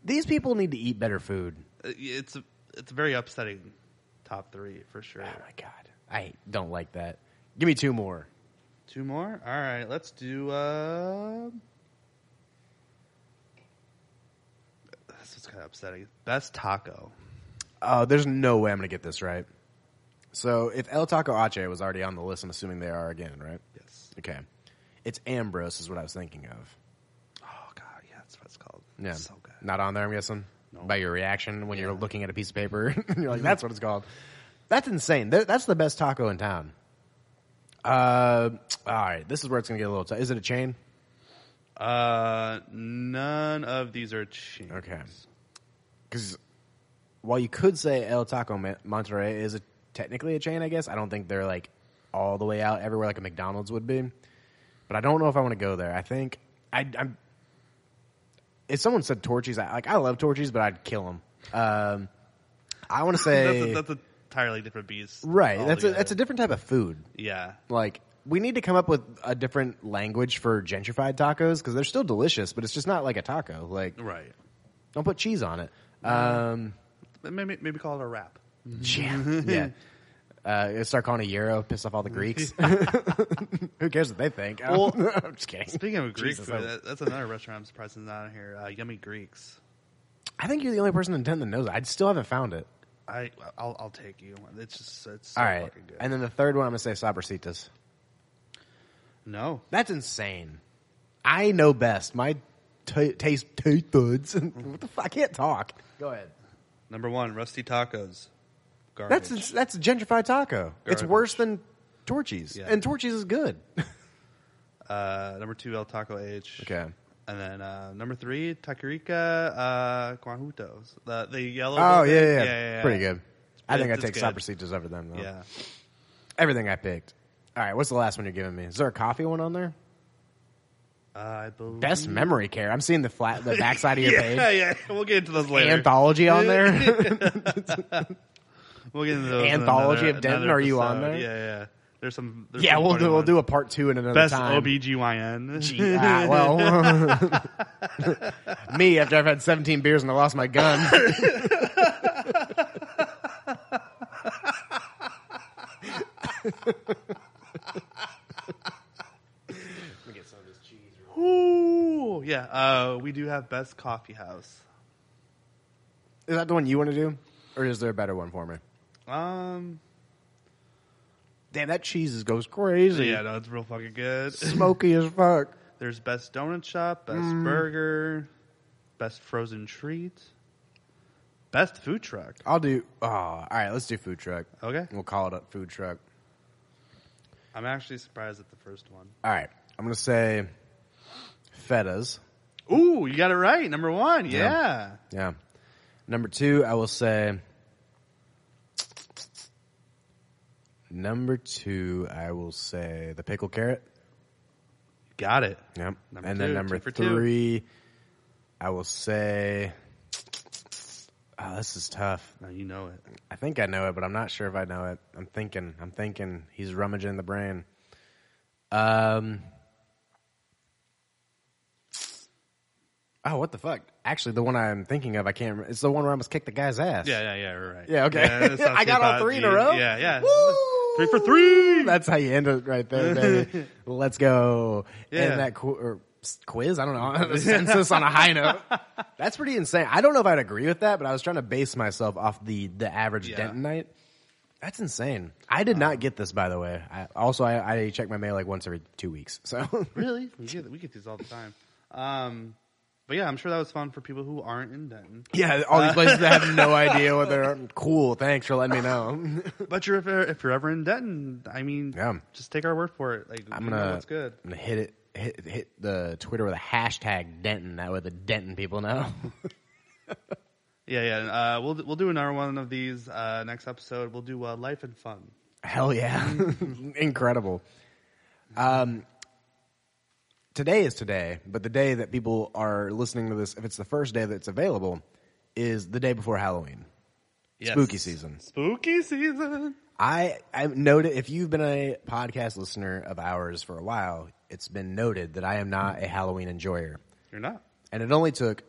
Speaker 1: These people need to eat better food.
Speaker 2: Uh, It's a, it's a very upsetting top three for sure.
Speaker 1: Oh my god, I don't like that. Give me two more.
Speaker 2: Two more. All right, let's do. Uh... This is kind of upsetting. Best taco.
Speaker 1: Oh, there's no way I'm gonna get this right. So if El Taco Ache was already on the list, I'm assuming they are again, right?
Speaker 2: Yes.
Speaker 1: Okay. It's Ambrose is what I was thinking of.
Speaker 2: Oh God, yeah, that's what it's called.
Speaker 1: Yeah.
Speaker 2: It's so good.
Speaker 1: Not on there, I'm guessing.
Speaker 2: No.
Speaker 1: By your reaction when you're looking at a piece of paper, you're like, "That's what it's called." That's insane. Th- That's the best taco in town. Uh, all right, this is where it's gonna get a little. T- is it a chain?
Speaker 2: Uh, none of these are cheap.
Speaker 1: Okay. Because while you could say El Taco Ma- Monterrey is a, technically a chain, I guess I don't think they're like all the way out everywhere like a McDonald's would be. But I don't know if I want to go there. I think I, I'm. If someone said Torchies, I like I love Torchies, but I'd kill them. Um, I want to
Speaker 2: That's,
Speaker 1: say
Speaker 2: a, that's an entirely different beast.
Speaker 1: right. That's a, that's a
Speaker 2: altogether.
Speaker 1: different type of food.
Speaker 2: yeah.
Speaker 1: Like we need to come up with a different language for gentrified tacos because they're still delicious, but it's just not like a taco. Like
Speaker 2: Right.
Speaker 1: don't put cheese on it. Um,
Speaker 2: But Maybe maybe call it a wrap.
Speaker 1: Yeah. yeah. Uh, start calling a euro, piss off all the Greeks. Who cares what they think?
Speaker 2: Well,
Speaker 1: I'm just kidding.
Speaker 2: Speaking of Greek
Speaker 1: Jesus,
Speaker 2: food,
Speaker 1: I,
Speaker 2: that, that's another restaurant I'm surprised is not on here. Uh, Yummy Greeks.
Speaker 1: I think you're the only person in Denton that knows it. I still haven't found it.
Speaker 2: I I'll, I'll take you. It's just it's so
Speaker 1: All right.
Speaker 2: fucking good.
Speaker 1: And then the third one, I'm going to say Sabrositas.
Speaker 2: no,
Speaker 1: That's insane. I know best. My ta taste, taste buds. what the fuck? I can't talk. Go ahead.
Speaker 2: number one, Rusty Tacos. Garbage.
Speaker 1: That's, that's a gentrified taco. It's
Speaker 2: Garbage.
Speaker 1: worse than Torchies.
Speaker 2: Yeah.
Speaker 1: And Torchies is good.
Speaker 2: uh, number two, El Taco H.
Speaker 1: okay.
Speaker 2: And then uh, number three, Takirika uh, Guajutos. The the yellow.
Speaker 1: Oh,
Speaker 2: one
Speaker 1: yeah,
Speaker 2: there?
Speaker 1: yeah, yeah. Pretty good. I think I
Speaker 2: It's-
Speaker 1: take
Speaker 2: it's
Speaker 1: Sabrositas over them, though.
Speaker 2: Yeah.
Speaker 1: Everything I picked. All right, what's the last one you're giving me? Is there a coffee one on there?
Speaker 2: Uh, I believe
Speaker 1: Best memory care. I'm seeing the flat, the backside of your
Speaker 2: yeah,
Speaker 1: page.
Speaker 2: Yeah, We'll get into those later.
Speaker 1: Anthology on there.
Speaker 2: we'll get into those in
Speaker 1: Anthology
Speaker 2: another-
Speaker 1: of Denton,
Speaker 2: another
Speaker 1: are you on
Speaker 2: episode.
Speaker 1: there?
Speaker 2: Yeah, yeah. There's some. There's
Speaker 1: yeah,
Speaker 2: some
Speaker 1: we'll
Speaker 2: funny
Speaker 1: do, we'll
Speaker 2: ones.
Speaker 1: do a part two in another
Speaker 2: best
Speaker 1: time.
Speaker 2: OBGYN.
Speaker 1: Gee, ah, well, me after I've had 17 beers and I lost my gun.
Speaker 2: Ooh, yeah. Uh, we do have best coffee house.
Speaker 1: Is that the one you want to do, or is there a better one for me?
Speaker 2: Um,
Speaker 1: Damn, that cheese is- goes crazy.
Speaker 2: yeah, no, it's real fucking good.
Speaker 1: Smoky as fuck.
Speaker 2: There's best donut shop, best
Speaker 1: Mm.
Speaker 2: burger, best frozen treat, best food truck.
Speaker 1: I'll do. Oh, all right. Let's do food truck.
Speaker 2: Okay,
Speaker 1: We'll call it a food truck.
Speaker 2: I'm actually surprised at the first one.
Speaker 1: All right. I'm gonna say fetas.
Speaker 2: Ooh, you got it right. Number one. Yeah.
Speaker 1: Yeah. Yeah. Number two, I will say. Number two, I will say the pickle carrot.
Speaker 2: Got it.
Speaker 1: Yep.
Speaker 2: Number
Speaker 1: and
Speaker 2: two,
Speaker 1: then number
Speaker 2: two for two.
Speaker 1: three, I will say. Oh, this is tough.
Speaker 2: Now you know it.
Speaker 1: I think I know it, but I'm not sure if I know it. I'm thinking. I'm thinking. He's rummaging the brain. Um. Oh, what the fuck? Actually, the one I'm thinking of, I can't. Remember. It's the one where I almost kicked the guy's ass.
Speaker 2: Yeah, yeah, yeah. You're right.
Speaker 1: Yeah, okay.
Speaker 2: that sounds
Speaker 1: I got
Speaker 2: about
Speaker 1: all three in a
Speaker 2: the-
Speaker 1: row?
Speaker 2: Yeah, yeah.
Speaker 1: Woo!
Speaker 2: Three for three.
Speaker 1: That's how you end it right there, baby. Let's go.
Speaker 2: Yeah.
Speaker 1: And that qu- or s- quiz, I don't know, the census on a high note. That's pretty insane. I don't know if I'd agree with that, but I was trying to base myself off the the average
Speaker 2: Yeah. Um,
Speaker 1: Dentonite. That's insane. I did not get this, by the way. I, also, I, I check my mail like once every two weeks. So
Speaker 2: Really? We get, we get these all the time. Um, but yeah, I'm sure that was fun for people who aren't in Denton.
Speaker 1: yeah, all these places that
Speaker 2: Uh,
Speaker 1: have no idea what they're cool. Thanks for letting me know.
Speaker 2: But you're, if, you're- if you're ever in Denton, I mean,
Speaker 1: Yeah.
Speaker 2: just take our word for it. Like,
Speaker 1: I'm
Speaker 2: we
Speaker 1: gonna
Speaker 2: know what's good.
Speaker 1: I'm gonna hit it. Hit, hit the Twitter with a hashtag Denton. That way the Denton people know.
Speaker 2: Yeah, yeah. Uh, we'll we'll do another one of these uh, next episode. We'll do uh, life and fun.
Speaker 1: Hell yeah. Incredible. Um, today is today, but the day that people are listening to this, if it's the first day that it's available, is the day before Halloween. Spooky season.
Speaker 2: Spooky season.
Speaker 1: I, I noted, if you've been a podcast listener of ours for a while, it's been noted that I am not a Halloween enjoyer.
Speaker 2: You're not.
Speaker 1: And it only took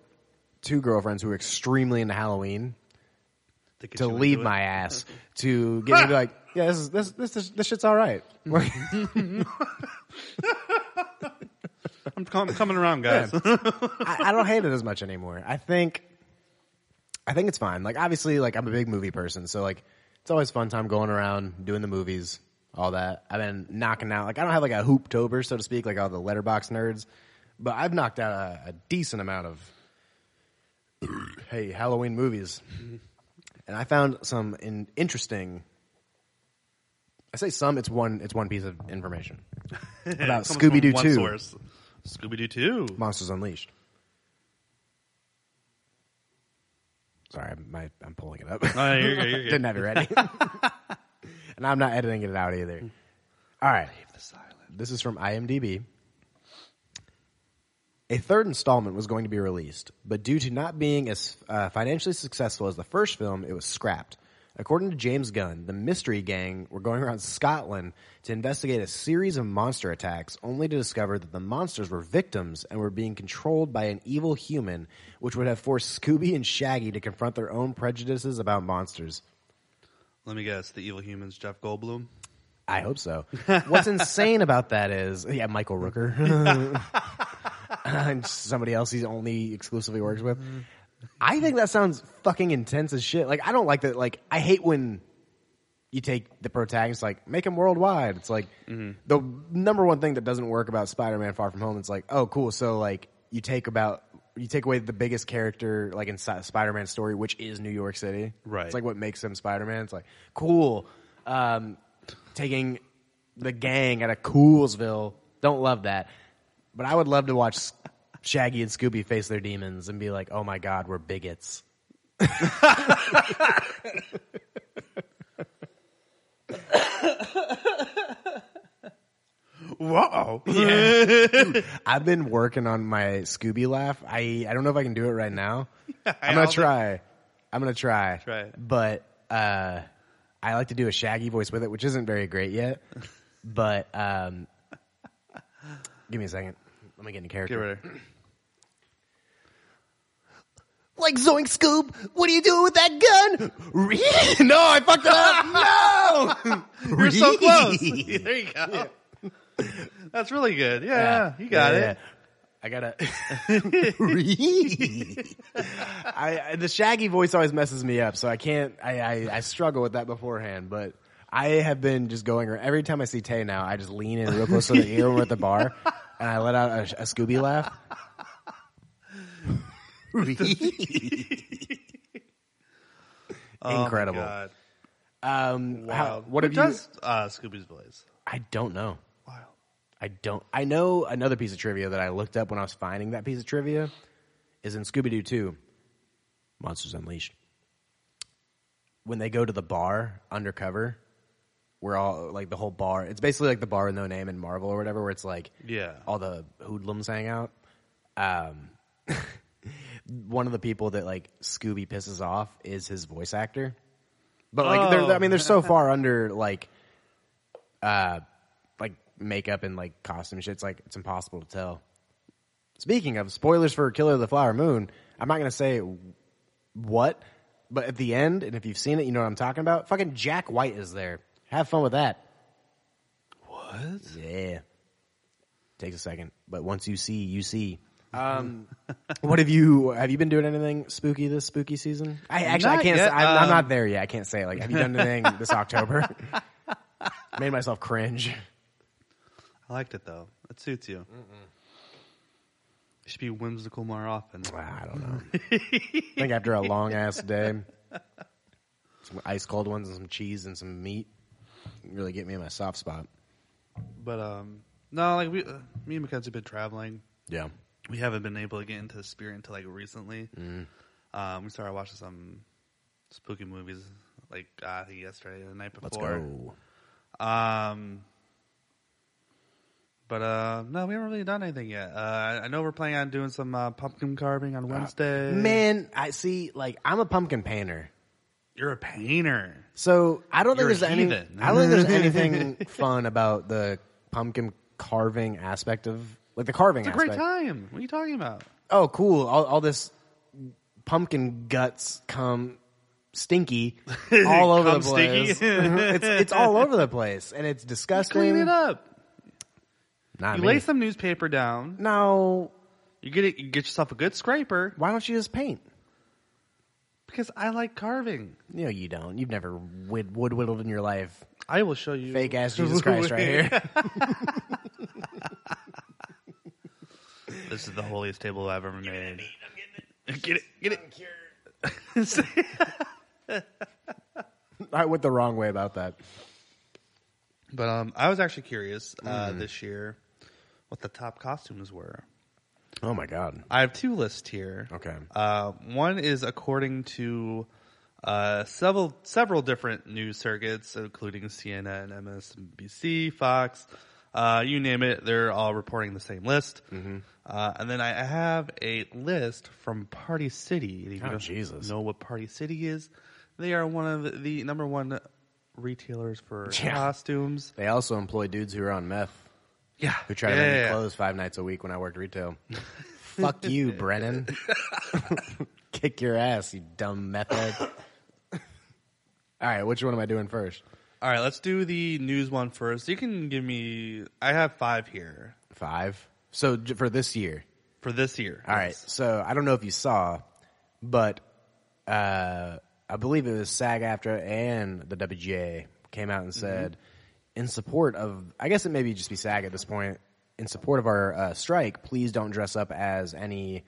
Speaker 1: two girlfriends who were extremely into Halloween
Speaker 2: To, get
Speaker 1: to
Speaker 2: you into
Speaker 1: leave
Speaker 2: it.
Speaker 1: my ass to get me to be like, yeah, this is this this this, this shit's all right.
Speaker 2: I'm com- coming around, guys.
Speaker 1: I, I don't hate it as much anymore. I think, I think it's fine. Like obviously, like I'm a big movie person, so like it's always fun time going around doing the movies, all that. I've been knocking out. Like I don't have like a hooptober, so to speak, like all the letterbox nerds, but I've knocked out a, a decent amount of hey Halloween movies, and I found some in, interesting. I say some. It's one. It's one piece of information about Scooby Doo Two.
Speaker 2: Scooby Doo Two.
Speaker 1: Monsters Unleashed. Sorry, I'm- my, I'm pulling it up.
Speaker 2: Oh, yeah, you're good, you're good.
Speaker 1: Didn't have it ready. and I'm not editing it out
Speaker 2: Hmm.
Speaker 1: either. All right.
Speaker 2: The silent.
Speaker 1: This is from IMDb. A third installment was going to be released, but due to not being as uh, financially successful as the first film, it was scrapped. According to James Gunn, the mystery gang were going around Scotland to investigate a series of monster attacks, only to discover that the monsters were victims and were being controlled by an evil human, which would have forced Scooby and Shaggy to confront their own prejudices about monsters.
Speaker 2: Let me guess. The evil humans. Jeff Goldblum.
Speaker 1: I hope so. What's insane about that is, yeah, Michael Rooker and somebody else he's only exclusively works with. I think that sounds fucking intense as shit. Like I don't like that. Like I hate when you take the protagonist, like make him worldwide. It's like the number one thing that doesn't work about Spider-Man: Far From Home. It's like, oh, cool. So like you take about you take away the biggest character like in Si- Spider-Man's story, which is New York City.
Speaker 2: Right.
Speaker 1: It's like what makes him Spider-Man. It's like cool. Um, taking the gang out of Coolsville. Don't love that. But I would love to watch Shaggy and Scooby face their demons and be like, oh my god, we're bigots.
Speaker 2: Whoa.
Speaker 1: I've been working on my Scooby laugh. I I don't know if I can do it right now. I'm
Speaker 2: I'll
Speaker 1: gonna
Speaker 2: be-
Speaker 1: try. I'm gonna try.
Speaker 2: Try it.
Speaker 1: But uh, I like to do a Shaggy voice with it, which isn't very great yet. but um, give me a second. Let me get into character.
Speaker 2: Get ready.
Speaker 1: Like Zoink Scoop, what are you doing with that gun? Re- no, I fucked up. No,
Speaker 2: You're so close. there you go. That's really good. Yeah, you got
Speaker 1: Yeah,
Speaker 2: it.
Speaker 1: yeah. I gotta. I, I the Shaggy voice always messes me up, so I can't. I, I I struggle with that beforehand, but. I have been just going every time I see Tay now, I just lean in real close to the ear when we're at the bar. and I let out a, a Scooby laugh.
Speaker 2: Oh my
Speaker 1: Incredible.
Speaker 2: God.
Speaker 1: um, how,
Speaker 2: Wild.
Speaker 1: what
Speaker 2: Who
Speaker 1: have you?
Speaker 2: does, uh, Scooby's Blaze?
Speaker 1: I don't know.
Speaker 2: Wild.
Speaker 1: I don't. I know another piece of trivia that I looked up when I was finding that piece of trivia is in Scooby Doo 2, Monsters Unleashed. When they go to the bar undercover, where all like the whole bar, it's basically like the bar with no name in Marvel or whatever, where it's like
Speaker 2: Yeah.
Speaker 1: all the hoodlums hang out. Um, one of the people that like Scooby pisses off is his voice actor, but like they're, I mean, they're so far under like uh, like makeup and like costume shit. It's like it's impossible to tell. Speaking of spoilers for Killer of the Flower Moon, I'm not gonna say what, but at the end, and if you've seen it, you know what I'm talking about. Fucking Jack White is there. Have fun with that.
Speaker 2: What?
Speaker 1: Yeah. Takes a second, but once you see, you see. Um, what have you have you been doing anything spooky this spooky season? I actually I
Speaker 2: Not
Speaker 1: can't.
Speaker 2: yet,
Speaker 1: Say, I'm, I'm
Speaker 2: um,
Speaker 1: not there yet. I can't say like have you done anything this October? Made myself cringe.
Speaker 2: I liked it though. It suits you. You should be whimsical more often.
Speaker 1: I don't know. I think after a long ass day, some ice cold ones and some cheese and some meat really get me in my soft spot.
Speaker 2: But um, no, like we, uh, me and Mackenzie have been traveling.
Speaker 1: Yeah.
Speaker 2: We haven't been able to get into the spirit until like recently.
Speaker 1: Mm-hmm.
Speaker 2: Um, we started watching some spooky movies like uh, I think yesterday or the night before.
Speaker 1: Let's go.
Speaker 2: Um, but uh, no, we haven't really done anything yet. Uh, I know we're planning on doing some uh, pumpkin carving on Wednesday.
Speaker 1: Man, I see, like, I'm a pumpkin painter.
Speaker 2: you're a painter.
Speaker 1: So I don't think
Speaker 2: You're a
Speaker 1: there's any,
Speaker 2: heathen.
Speaker 1: I don't think there's anything fun about the pumpkin carving aspect of, like, the carving
Speaker 2: It's a
Speaker 1: aspect.
Speaker 2: great time. What are you talking about?
Speaker 1: oh cool all, all this pumpkin guts come stinky all over the
Speaker 2: Come
Speaker 1: place Mm-hmm.
Speaker 2: stinky?
Speaker 1: it's, it's all over the place and it's disgusting
Speaker 2: Clean it up.
Speaker 1: Not
Speaker 2: You
Speaker 1: me.
Speaker 2: lay some newspaper down.
Speaker 1: no
Speaker 2: You get it. You get yourself a good scraper
Speaker 1: why don't you just paint
Speaker 2: because I like carving.
Speaker 1: no you don't you've never wood, wood whittled in your life
Speaker 2: I will show you
Speaker 1: fake ass jesus christ right here
Speaker 2: This is the holiest table I've ever made. Get it. Get it.
Speaker 1: i went the wrong way about that
Speaker 2: but um, I was actually curious uh, this year what the top costumes were.
Speaker 1: oh my god
Speaker 2: I have two lists here.
Speaker 1: okay
Speaker 2: Uh, one is according to uh, several several different news circuits, including CNN, MSNBC, Fox, uh, you name it. They're all reporting the same list.
Speaker 1: Mm-hmm.
Speaker 2: Uh, and then I have a list from Party City. If you
Speaker 1: Oh,
Speaker 2: don't
Speaker 1: Jesus.
Speaker 2: Know what Party City is? They are one of the number one retailers for
Speaker 1: Yeah.
Speaker 2: costumes.
Speaker 1: they also employ dudes who are on meth
Speaker 2: Yeah,
Speaker 1: who try to
Speaker 2: Yeah,
Speaker 1: make
Speaker 2: yeah,
Speaker 1: me
Speaker 2: yeah.
Speaker 1: close five nights a week when I worked retail. Fuck you, Brennan. Kick your ass, you dumb meth head. All right, which one am I doing first?
Speaker 2: All right, let's do the news one first. You can give me. I have five here
Speaker 1: Five. So j- for this year.
Speaker 2: for this year.
Speaker 1: All right. So I don't know if you saw, but uh, I believe it was SAG AFTRA and the WGA came out and said, in support of, I guess it maybe just be SAG at this point, in support of our uh, strike, please don't dress up as any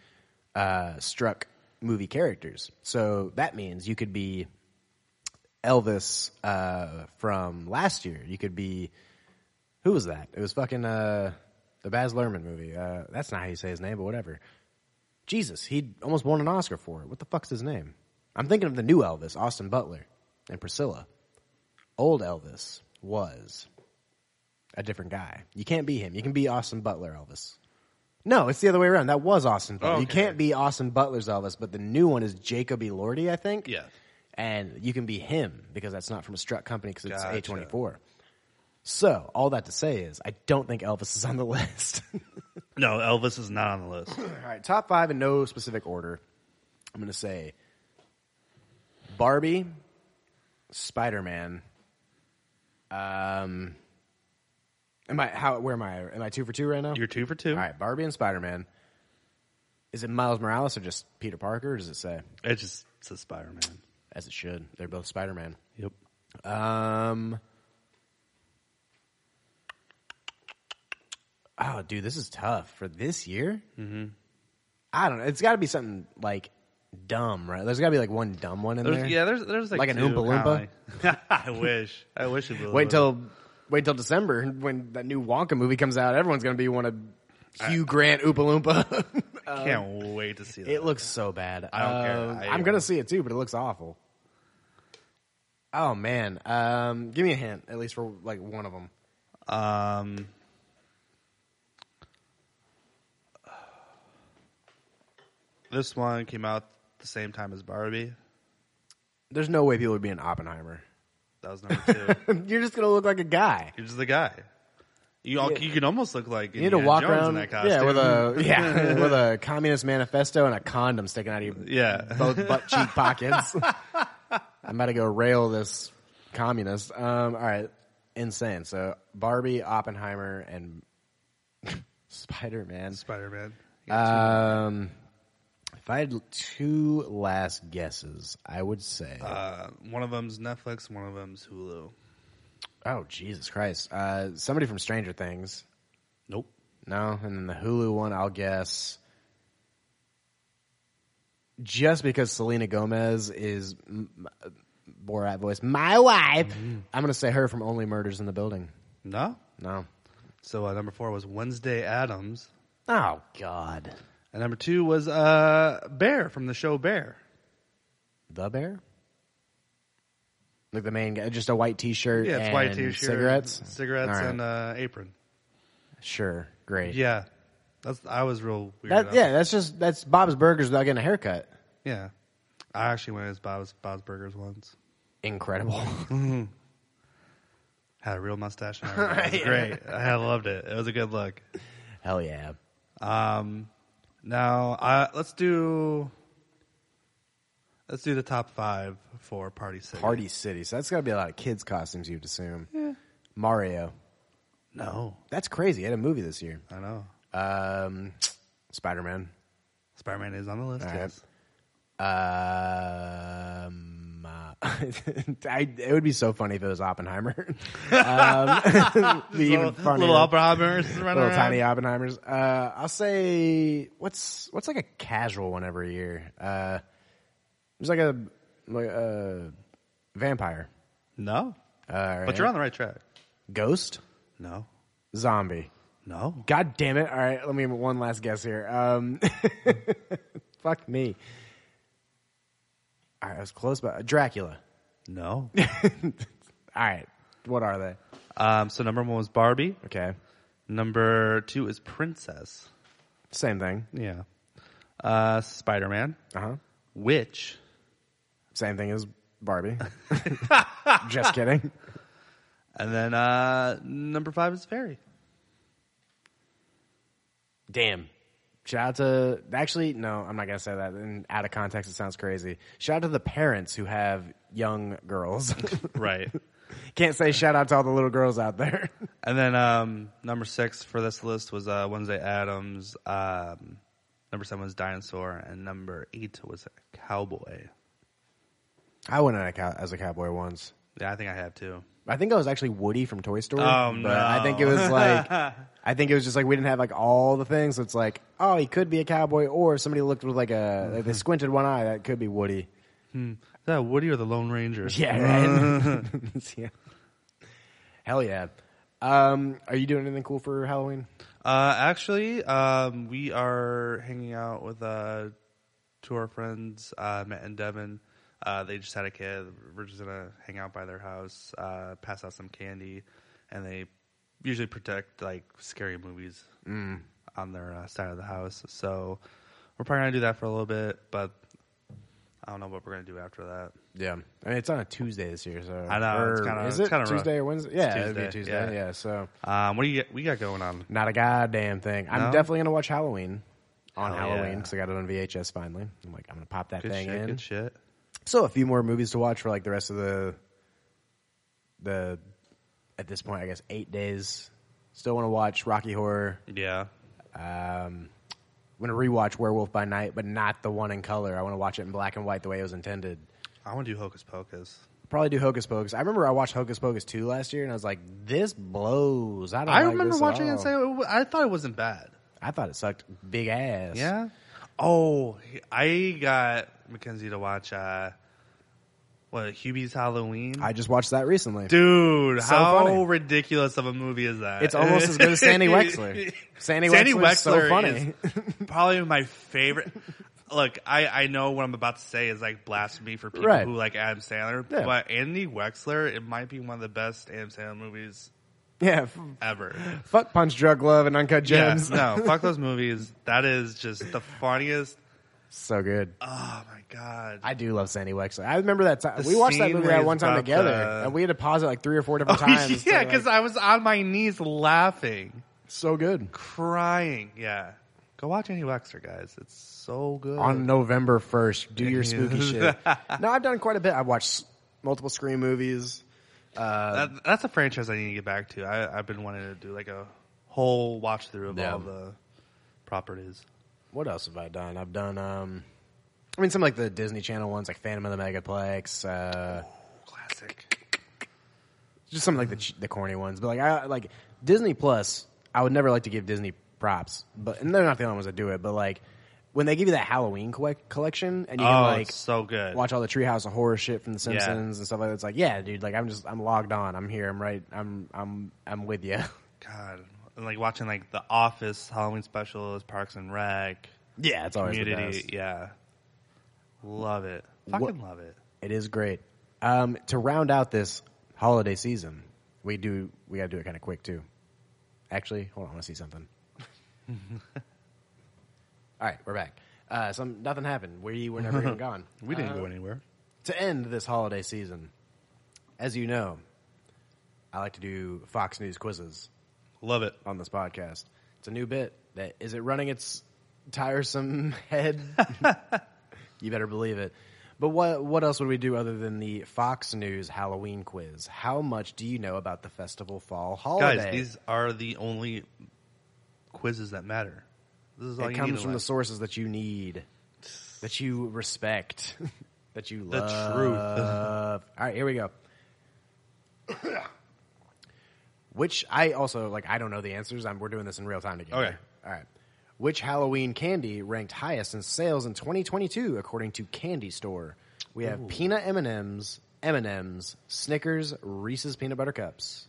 Speaker 1: uh, struck movie characters. So that means you could be Elvis uh, from last year. You could be who was that? It was fucking uh, the Baz Luhrmann movie. Uh, that's not how you say his name, but whatever. Jesus, he almost won an Oscar for it. What the fuck's his name? I'm thinking of the new Elvis, Austin Butler, and Priscilla. Old Elvis was a different guy. You can't be him. You can be Austin Butler Elvis. No, it's the other way around. That was Austin Butler. You
Speaker 2: okay.
Speaker 1: can't be Austin Butler's Elvis, but the new one is Jacob Elordi, I think.
Speaker 2: Yeah.
Speaker 1: And you can be him because that's not from a Strut company because it's
Speaker 2: Gotcha.
Speaker 1: A24. So, all that to say is, I don't think Elvis is on the list.
Speaker 2: No, Elvis is not on the list.
Speaker 1: all right, top five in no specific order. I'm going to say Barbie, Spider Man. Um, am I how? Where am I? Am I two for two right now?
Speaker 2: You're two for two.
Speaker 1: all right, Barbie and Spider Man. Is it Miles Morales or just Peter Parker? Or does it say
Speaker 2: It just says Spider Man.
Speaker 1: as it should? They're both Spider Man.
Speaker 2: Yep.
Speaker 1: Um, oh, dude, this is tough for this year. Mm-hmm. I don't know. It's got to be something like dumb, right? There's got to be like one dumb one in
Speaker 2: There's,
Speaker 1: there.
Speaker 2: yeah, there's there's like,
Speaker 1: Like an
Speaker 2: two,
Speaker 1: Oompa
Speaker 2: kinda like- I wish. I wish it would.
Speaker 1: Wait until wait until December when that new Wonka movie comes out. Everyone's gonna be one of Hugh Grant Oompa Loompa.
Speaker 2: I can't wait to see that.
Speaker 1: it looks so bad. I
Speaker 2: don't care. I-
Speaker 1: I'm gonna see it too, but it looks awful. Oh man, um, give me a hint at least for like one of them.
Speaker 2: um This one came out the same time as Barbie.
Speaker 1: There's no way people would be in Oppenheimer.
Speaker 2: That was number two.
Speaker 1: You're just gonna look like a guy.
Speaker 2: You're just the guy. You all, you can almost look like
Speaker 1: You need to walk
Speaker 2: Jones
Speaker 1: around,
Speaker 2: in that costume.
Speaker 1: yeah, with a yeah, with a communist manifesto and a condom sticking out of your
Speaker 2: yeah.
Speaker 1: both butt cheek pockets. I'm about to go rail this communist. Um, all right, insane. So Barbie, Oppenheimer, and Spider Man.
Speaker 2: Spider Man.
Speaker 1: Um, if I had two last guesses, I would say.
Speaker 2: Uh, one of them's Netflix. One of them's Hulu.
Speaker 1: oh Jesus Christ! Uh, somebody from Stranger Things.
Speaker 2: Nope.
Speaker 1: No, and then the Hulu one, I'll guess. Just because Selena Gomez is m- m- Borat voice, my wife, I'm gonna say her from Only Murders in the Building.
Speaker 2: No.
Speaker 1: No.
Speaker 2: So uh, number four was Wednesday Adams,
Speaker 1: Oh God,
Speaker 2: and number two was uh, Bear from the show Bear.
Speaker 1: the bear. Like the main guy, just a white T-shirt.
Speaker 2: Yeah, it's
Speaker 1: and
Speaker 2: white T-shirt,
Speaker 1: cigarettes,
Speaker 2: cigarettes,
Speaker 1: All right.
Speaker 2: and uh, apron.
Speaker 1: sure, great. Yeah,
Speaker 2: Yeah, that's I was real weird.
Speaker 1: that, yeah, that's just that's Bob's Burgers without getting a haircut.
Speaker 2: yeah. I actually went as Bob's Bob's Burgers once.
Speaker 1: Incredible.
Speaker 2: Had a real mustache. And everything. It was Great. I loved it. It was a good look.
Speaker 1: Hell yeah.
Speaker 2: Um, now uh, let's do let's do the top five for Party City.
Speaker 1: Party City. So that's got to be a lot of kids' costumes, you'd assume. Mario.
Speaker 2: No,
Speaker 1: That's crazy. I had a movie this year.
Speaker 2: I know
Speaker 1: Um, Spider Man.
Speaker 2: Spider Man is on the list.
Speaker 1: All right.
Speaker 2: yes.
Speaker 1: Um, uh, I, it would be so funny if it was Oppenheimer. um, be even
Speaker 2: Little,
Speaker 1: funnier.
Speaker 2: little Oppenheimer's running
Speaker 1: Little
Speaker 2: around.
Speaker 1: tiny Oppenheimers. Uh, I'll say what's what's like a casual one every year. Uh, there's like a like a vampire,
Speaker 2: No,
Speaker 1: uh,
Speaker 2: but you're on the right track.
Speaker 1: ghost,
Speaker 2: No,
Speaker 1: zombie.
Speaker 2: no.
Speaker 1: God damn it. All right, let me have one last guess here. Um, fuck me. All right, I was close, but Dracula.
Speaker 2: No.
Speaker 1: All right, what are they?
Speaker 2: um, so number one was Barbie.
Speaker 1: Okay,
Speaker 2: Number two is Princess.
Speaker 1: same thing.
Speaker 2: Yeah. Uh, Spider Man.
Speaker 1: Uh huh.
Speaker 2: Witch.
Speaker 1: Same thing as Barbie. Just kidding.
Speaker 2: And then uh, number five is Fairy.
Speaker 1: Damn. Shout out to actually no, I'm not gonna say that. In out of context, it sounds crazy. Shout out to the parents who have young girls.
Speaker 2: Right.
Speaker 1: Can't say shout out to all the little girls out there.
Speaker 2: And then um, number six for this list was uh, Wednesday Adams. Um, number seven was Dinosaur, and number eight was Cowboy.
Speaker 1: I went on a cow- as a cowboy once.
Speaker 2: Yeah, I think I have two.
Speaker 1: I think I was actually Woody from Toy Story.
Speaker 2: Oh,
Speaker 1: but
Speaker 2: no.
Speaker 1: I think it was like I think it was just like we didn't have like all the things. So it's like, oh, he could be a cowboy, or somebody looked with like a like they squinted one eye. That could be Woody.
Speaker 2: Is that Woody or the Lone Ranger?
Speaker 1: Yeah, right. Mm. yeah. Hell yeah. Um, are you doing anything cool for Halloween?
Speaker 2: Uh, actually, um, we are hanging out with uh, two of our friends, uh, Matt and Devin. Uh, they just had a kid. We're just gonna hang out by their house, uh, pass out some candy, and they usually protect like scary movies on their uh, side of the house. So we're probably gonna do that for a little bit, but I don't know what we're gonna do after that.
Speaker 1: Yeah, I mean it's on a Tuesday this year, so
Speaker 2: I know, it's
Speaker 1: Or-
Speaker 2: kinda-
Speaker 1: is
Speaker 2: it's
Speaker 1: it
Speaker 2: kinda rough.
Speaker 1: Tuesday or Wednesday? Yeah,
Speaker 2: It's
Speaker 1: it'd be
Speaker 2: Tuesday,
Speaker 1: Tuesday.
Speaker 2: yeah.
Speaker 1: Yeah. so
Speaker 2: Um, what do you we got going on?
Speaker 1: not a goddamn thing. I'm
Speaker 2: No?
Speaker 1: definitely gonna watch Halloween on
Speaker 2: Hell
Speaker 1: Halloween
Speaker 2: yeah.
Speaker 1: because I got it on VHS finally. I'm like, I'm gonna pop that
Speaker 2: Good
Speaker 1: thing
Speaker 2: shit.
Speaker 1: in.
Speaker 2: Good shit.
Speaker 1: So a few more movies to watch for like the rest of the the at this point, I guess eight days. Still want to watch Rocky Horror.
Speaker 2: Yeah.
Speaker 1: Um, want to rewatch Werewolf by Night, but not the one in color. I want to watch it in black and white the way it was intended.
Speaker 2: I want to do Hocus Pocus.
Speaker 1: probably do Hocus Pocus. I remember I watched Hocus Pocus two last year, and I was like, "This blows." I don't.
Speaker 2: I
Speaker 1: like
Speaker 2: remember
Speaker 1: this at
Speaker 2: watching it
Speaker 1: all.
Speaker 2: and saying I thought it wasn't bad.
Speaker 1: I thought it sucked big ass.
Speaker 2: Yeah. Oh, he- I got Mackenzie to watch uh what Hubie's Halloween.
Speaker 1: I just watched that recently.
Speaker 2: Dude,
Speaker 1: So
Speaker 2: how
Speaker 1: funny.
Speaker 2: ridiculous of a movie is that?
Speaker 1: It's almost as good as Sandy Wexler. Sandy,
Speaker 2: Sandy
Speaker 1: Wexler is so
Speaker 2: Wexler
Speaker 1: funny.
Speaker 2: Probably my favorite. Look, I, I know what I'm about to say is like blasphemy for people
Speaker 1: Right.
Speaker 2: who like Adam Sandler,
Speaker 1: Yeah.
Speaker 2: but Andy Wexler, it might be one of the best Adam Sandler movies
Speaker 1: yeah, f-
Speaker 2: ever.
Speaker 1: fuck Punch Drug Love and Uncut
Speaker 2: Yeah,
Speaker 1: Gems.
Speaker 2: no, fuck those movies. That is just the funniest.
Speaker 1: so good.
Speaker 2: Oh my god.
Speaker 1: I do love Sandy Wexler. I remember that time
Speaker 2: The
Speaker 1: we watched that
Speaker 2: scene
Speaker 1: movie
Speaker 2: where
Speaker 1: that
Speaker 2: he's
Speaker 1: one time
Speaker 2: about
Speaker 1: together,
Speaker 2: to-
Speaker 1: and we had to pause it like three or four
Speaker 2: Oh,
Speaker 1: different times. to,
Speaker 2: yeah,
Speaker 1: like-
Speaker 2: because I was on my knees laughing,
Speaker 1: so good.
Speaker 2: crying. Yeah. Go watch Andy Wexler, guys. It's so good.
Speaker 1: on November 1st. Do your
Speaker 2: Yeah.
Speaker 1: spooky shit. No, I've done quite a bit. I've watched s- multiple Scream movies.
Speaker 2: That- that's a franchise I need to get back to. I, I've been wanting to do like a whole watch through of
Speaker 3: Yeah.
Speaker 2: all the properties.
Speaker 1: What else have I done? I've done, um, I mean, some like the Disney Channel ones, like Phantom of the Megaplex, uh,
Speaker 2: Classic.
Speaker 1: just some like the, ch- the corny ones. But like, I, like Disney Plus, I would never like to give Disney props, but, and they're not the only ones that do it, but like, when they give you that Halloween collect- collection and you
Speaker 2: oh,
Speaker 1: can like
Speaker 2: it's so good.
Speaker 1: watch all the Treehouse of Horror shit from The Simpsons and stuff like that, it's like, yeah, dude, like I'm just I'm logged on, I'm here, I'm right, I'm I'm I'm with you.
Speaker 2: God. And like watching like The Office, Halloween specials, Parks and Rec,
Speaker 1: Yeah, it's always the best.
Speaker 2: Community. Yeah. Love it. Fucking love it.
Speaker 1: It is great. Um, to round out this holiday season, we do we got to do it kind of quick too. Actually, hold on, I want to see something. All right, we're back. Uh, some nothing happened. We were never even gone.
Speaker 2: We didn't
Speaker 1: Uh,
Speaker 2: go anywhere.
Speaker 1: To end this holiday season, as you know, I like to do Fox News quizzes
Speaker 2: Love it.
Speaker 1: on this podcast. It's a new bit that is it running its tiresome head. you better believe it. But what what else would we do other than the Fox News Halloween quiz? How much do you know about the festival fall holiday?
Speaker 2: Guys, these are the only quizzes that matter. This is all
Speaker 1: it
Speaker 2: you
Speaker 1: comes
Speaker 2: need
Speaker 1: from the
Speaker 2: in
Speaker 1: sources that you need, that you respect, that you
Speaker 2: The
Speaker 1: love.
Speaker 2: truth.
Speaker 1: All right, here we go. Which I also like. I don't know the answers. I'm, we're doing this in real time together.
Speaker 2: Okay.
Speaker 1: All right. Which Halloween candy ranked highest in sales in 2022 according to Candy Store? We have peanut M and M's, M and M's, Snickers, Reese's peanut butter cups.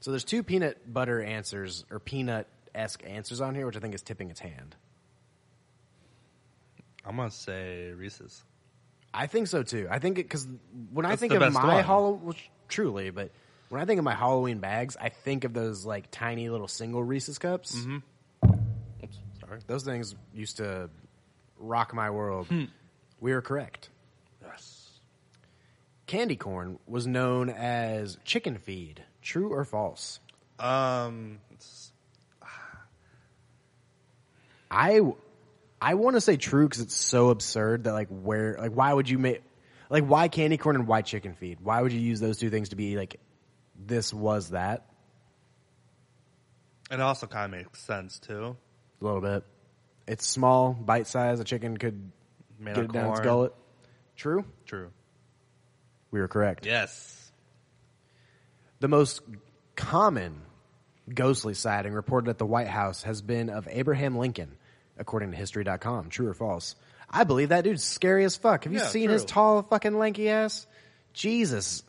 Speaker 1: So there's two peanut butter answers or peanut esque answers on here, which I think is tipping its hand.
Speaker 2: I'm gonna say Reese's.
Speaker 1: I think so too. I think because when I
Speaker 2: That's
Speaker 1: think
Speaker 2: the
Speaker 1: of
Speaker 2: best
Speaker 1: my
Speaker 2: one.
Speaker 1: Halloween, well, truly, but when I think of my Halloween bags, I think of those like tiny little single Reese's cups.
Speaker 2: Mm-hmm. Oops, sorry.
Speaker 1: Those things used to rock my world.
Speaker 2: Hmm.
Speaker 1: We are correct.
Speaker 2: Yes.
Speaker 1: Candy corn was known as chicken feed. True or false?
Speaker 2: Um, it's-
Speaker 1: I I want to say true because it's so absurd that like where like why would you make like why candy corn and why chicken feed? Why would you use those two things to be like this was that
Speaker 2: it also kind of makes sense too.
Speaker 1: a little bit? It's small, bite size. A chicken could
Speaker 2: Made
Speaker 1: get
Speaker 2: out
Speaker 1: it down its
Speaker 2: corn.
Speaker 1: gullet. True,
Speaker 2: True.
Speaker 1: we were correct.
Speaker 2: Yes.
Speaker 1: The most common ghostly sighting reported at the White House has been of Abraham Lincoln, according to History.com. True or false? I believe that dude's scary as fuck. Have you
Speaker 2: Yeah,
Speaker 1: seen his
Speaker 2: true.
Speaker 1: tall, fucking lanky ass? Jesus.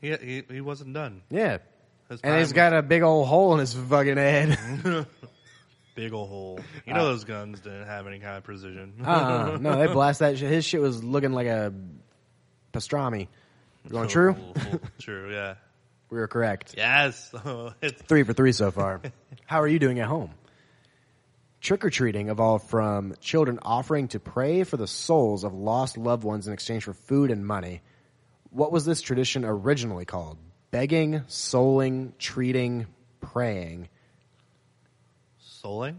Speaker 2: He, he he wasn't done.
Speaker 1: Yeah.
Speaker 2: His
Speaker 1: and he's
Speaker 2: prime-
Speaker 1: got a big old hole in his fucking head.
Speaker 2: Big ol' hole. You know those guns didn't have any kind of precision.
Speaker 1: uh, no, they blast that shit. His shit was looking like a pastrami. We're going true?
Speaker 2: true. Yeah.
Speaker 1: We were correct.
Speaker 2: Yes. it's
Speaker 1: Three for three so far. How are you doing at home? Trick or treating evolved from children offering to pray for the souls of lost loved ones in exchange for food and money. What was this tradition originally called? Begging, souling, treating, praying.
Speaker 2: souling.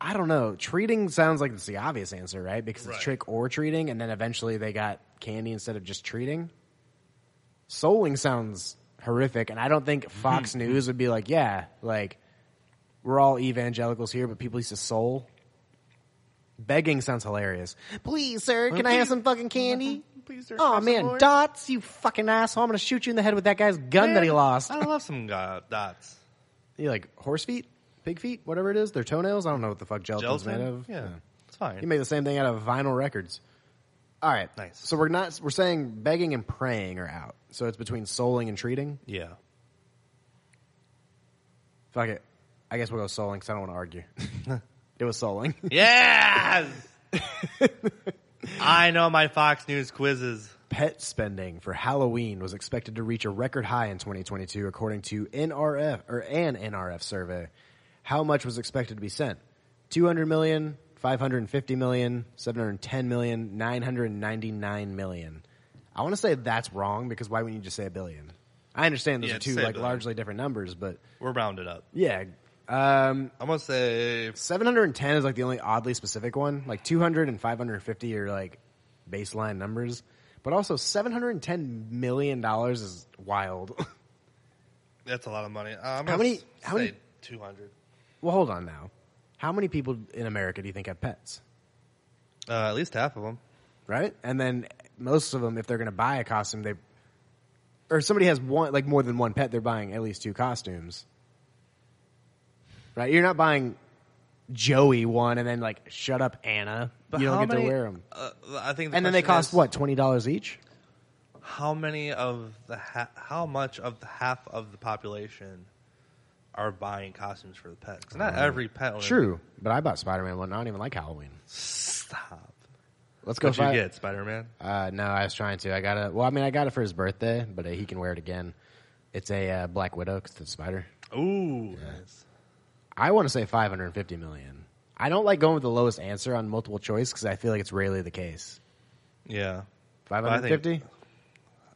Speaker 1: I don't know. Treating sounds like it's the obvious answer, right? Because it's
Speaker 2: Right.
Speaker 1: trick or treating, and then eventually they got candy instead of just treating. Souling sounds horrific, and I don't think
Speaker 2: Mm-hmm.
Speaker 1: Fox News would be like, yeah, like we're all evangelicals here, but people used to soul. Begging sounds hilarious. Please, sir, can I have some fucking candy?
Speaker 2: please there's
Speaker 1: Oh
Speaker 2: Frozen
Speaker 1: man,
Speaker 2: Lord.
Speaker 1: dots, you fucking asshole! I'm gonna shoot you in the head with that guy's gun that he
Speaker 2: Man,
Speaker 1: lost.
Speaker 2: I love some go- dots.
Speaker 1: You like horse feet, pig feet, whatever it is. Their toenails. I don't know what the fuck gelatin's
Speaker 2: Gelatin?
Speaker 1: made of.
Speaker 2: Yeah, it's fine.
Speaker 1: You made the same thing out of vinyl records. All right,
Speaker 2: Nice.
Speaker 1: So we're not we're saying begging and praying are out. So it's between souling and treating.
Speaker 2: yeah.
Speaker 1: Fuck it. I guess we'll go souling because I don't want to argue. it was souling.
Speaker 2: Yes. I know my Fox News quizzes.
Speaker 1: Pet spending for Halloween was expected to reach a record high in 2022, according to NRF or an NRF survey. How much was expected to be sent? 200 million, 550 million, 710 million, 999 million. I want to say that's wrong because why wouldn't you just say a billion? I understand those
Speaker 2: Yeah,
Speaker 1: are
Speaker 2: just
Speaker 1: two
Speaker 2: say a
Speaker 1: like
Speaker 2: billion.
Speaker 1: largely different numbers, but
Speaker 2: We're rounded up.
Speaker 1: yeah, um,
Speaker 2: I'm gonna say
Speaker 1: 710 is like the only oddly specific one. Like 200 and 550 are like baseline numbers, but also 710 million dollars is wild.
Speaker 2: that's a lot of money. I'm
Speaker 1: How
Speaker 2: gonna
Speaker 1: many-
Speaker 2: s-
Speaker 1: how
Speaker 2: say
Speaker 1: many-
Speaker 2: 200.
Speaker 1: well, hold on now. How many people in America do you think have pets?
Speaker 2: Uh, at least half of them.
Speaker 1: Right? And then most of them if they're going to buy a costume, they or if somebody has one like more than one pet, they're buying at least two costumes. Right? You're not buying Joey one and then like shut up Anna. you don't get to wear them.
Speaker 2: Uh, I think, the
Speaker 1: And then they
Speaker 2: question
Speaker 1: cost
Speaker 2: is,
Speaker 1: what? $20 each?
Speaker 2: How many of the ha- how much of the half of the population are buying costumes for the pets? 'Cause not every pet. owner-
Speaker 1: True, but I bought Spider Man one. I don't even like Halloween.
Speaker 2: Stop.
Speaker 1: Let's go.
Speaker 2: What you
Speaker 1: fi-
Speaker 2: get, Spider Man?
Speaker 1: Uh, no, I was trying to. I got a. Well, I mean, I got it for his birthday, but uh, he can wear it again. It's a uh, Black Widow because it's a spider.
Speaker 2: Ooh, nice.
Speaker 1: I want to say five hundred fifty million. I don't like going with the lowest answer on multiple choice because I feel like it's rarely the case.
Speaker 2: yeah.
Speaker 1: Five
Speaker 2: I
Speaker 1: hundred
Speaker 2: think-
Speaker 1: fifty.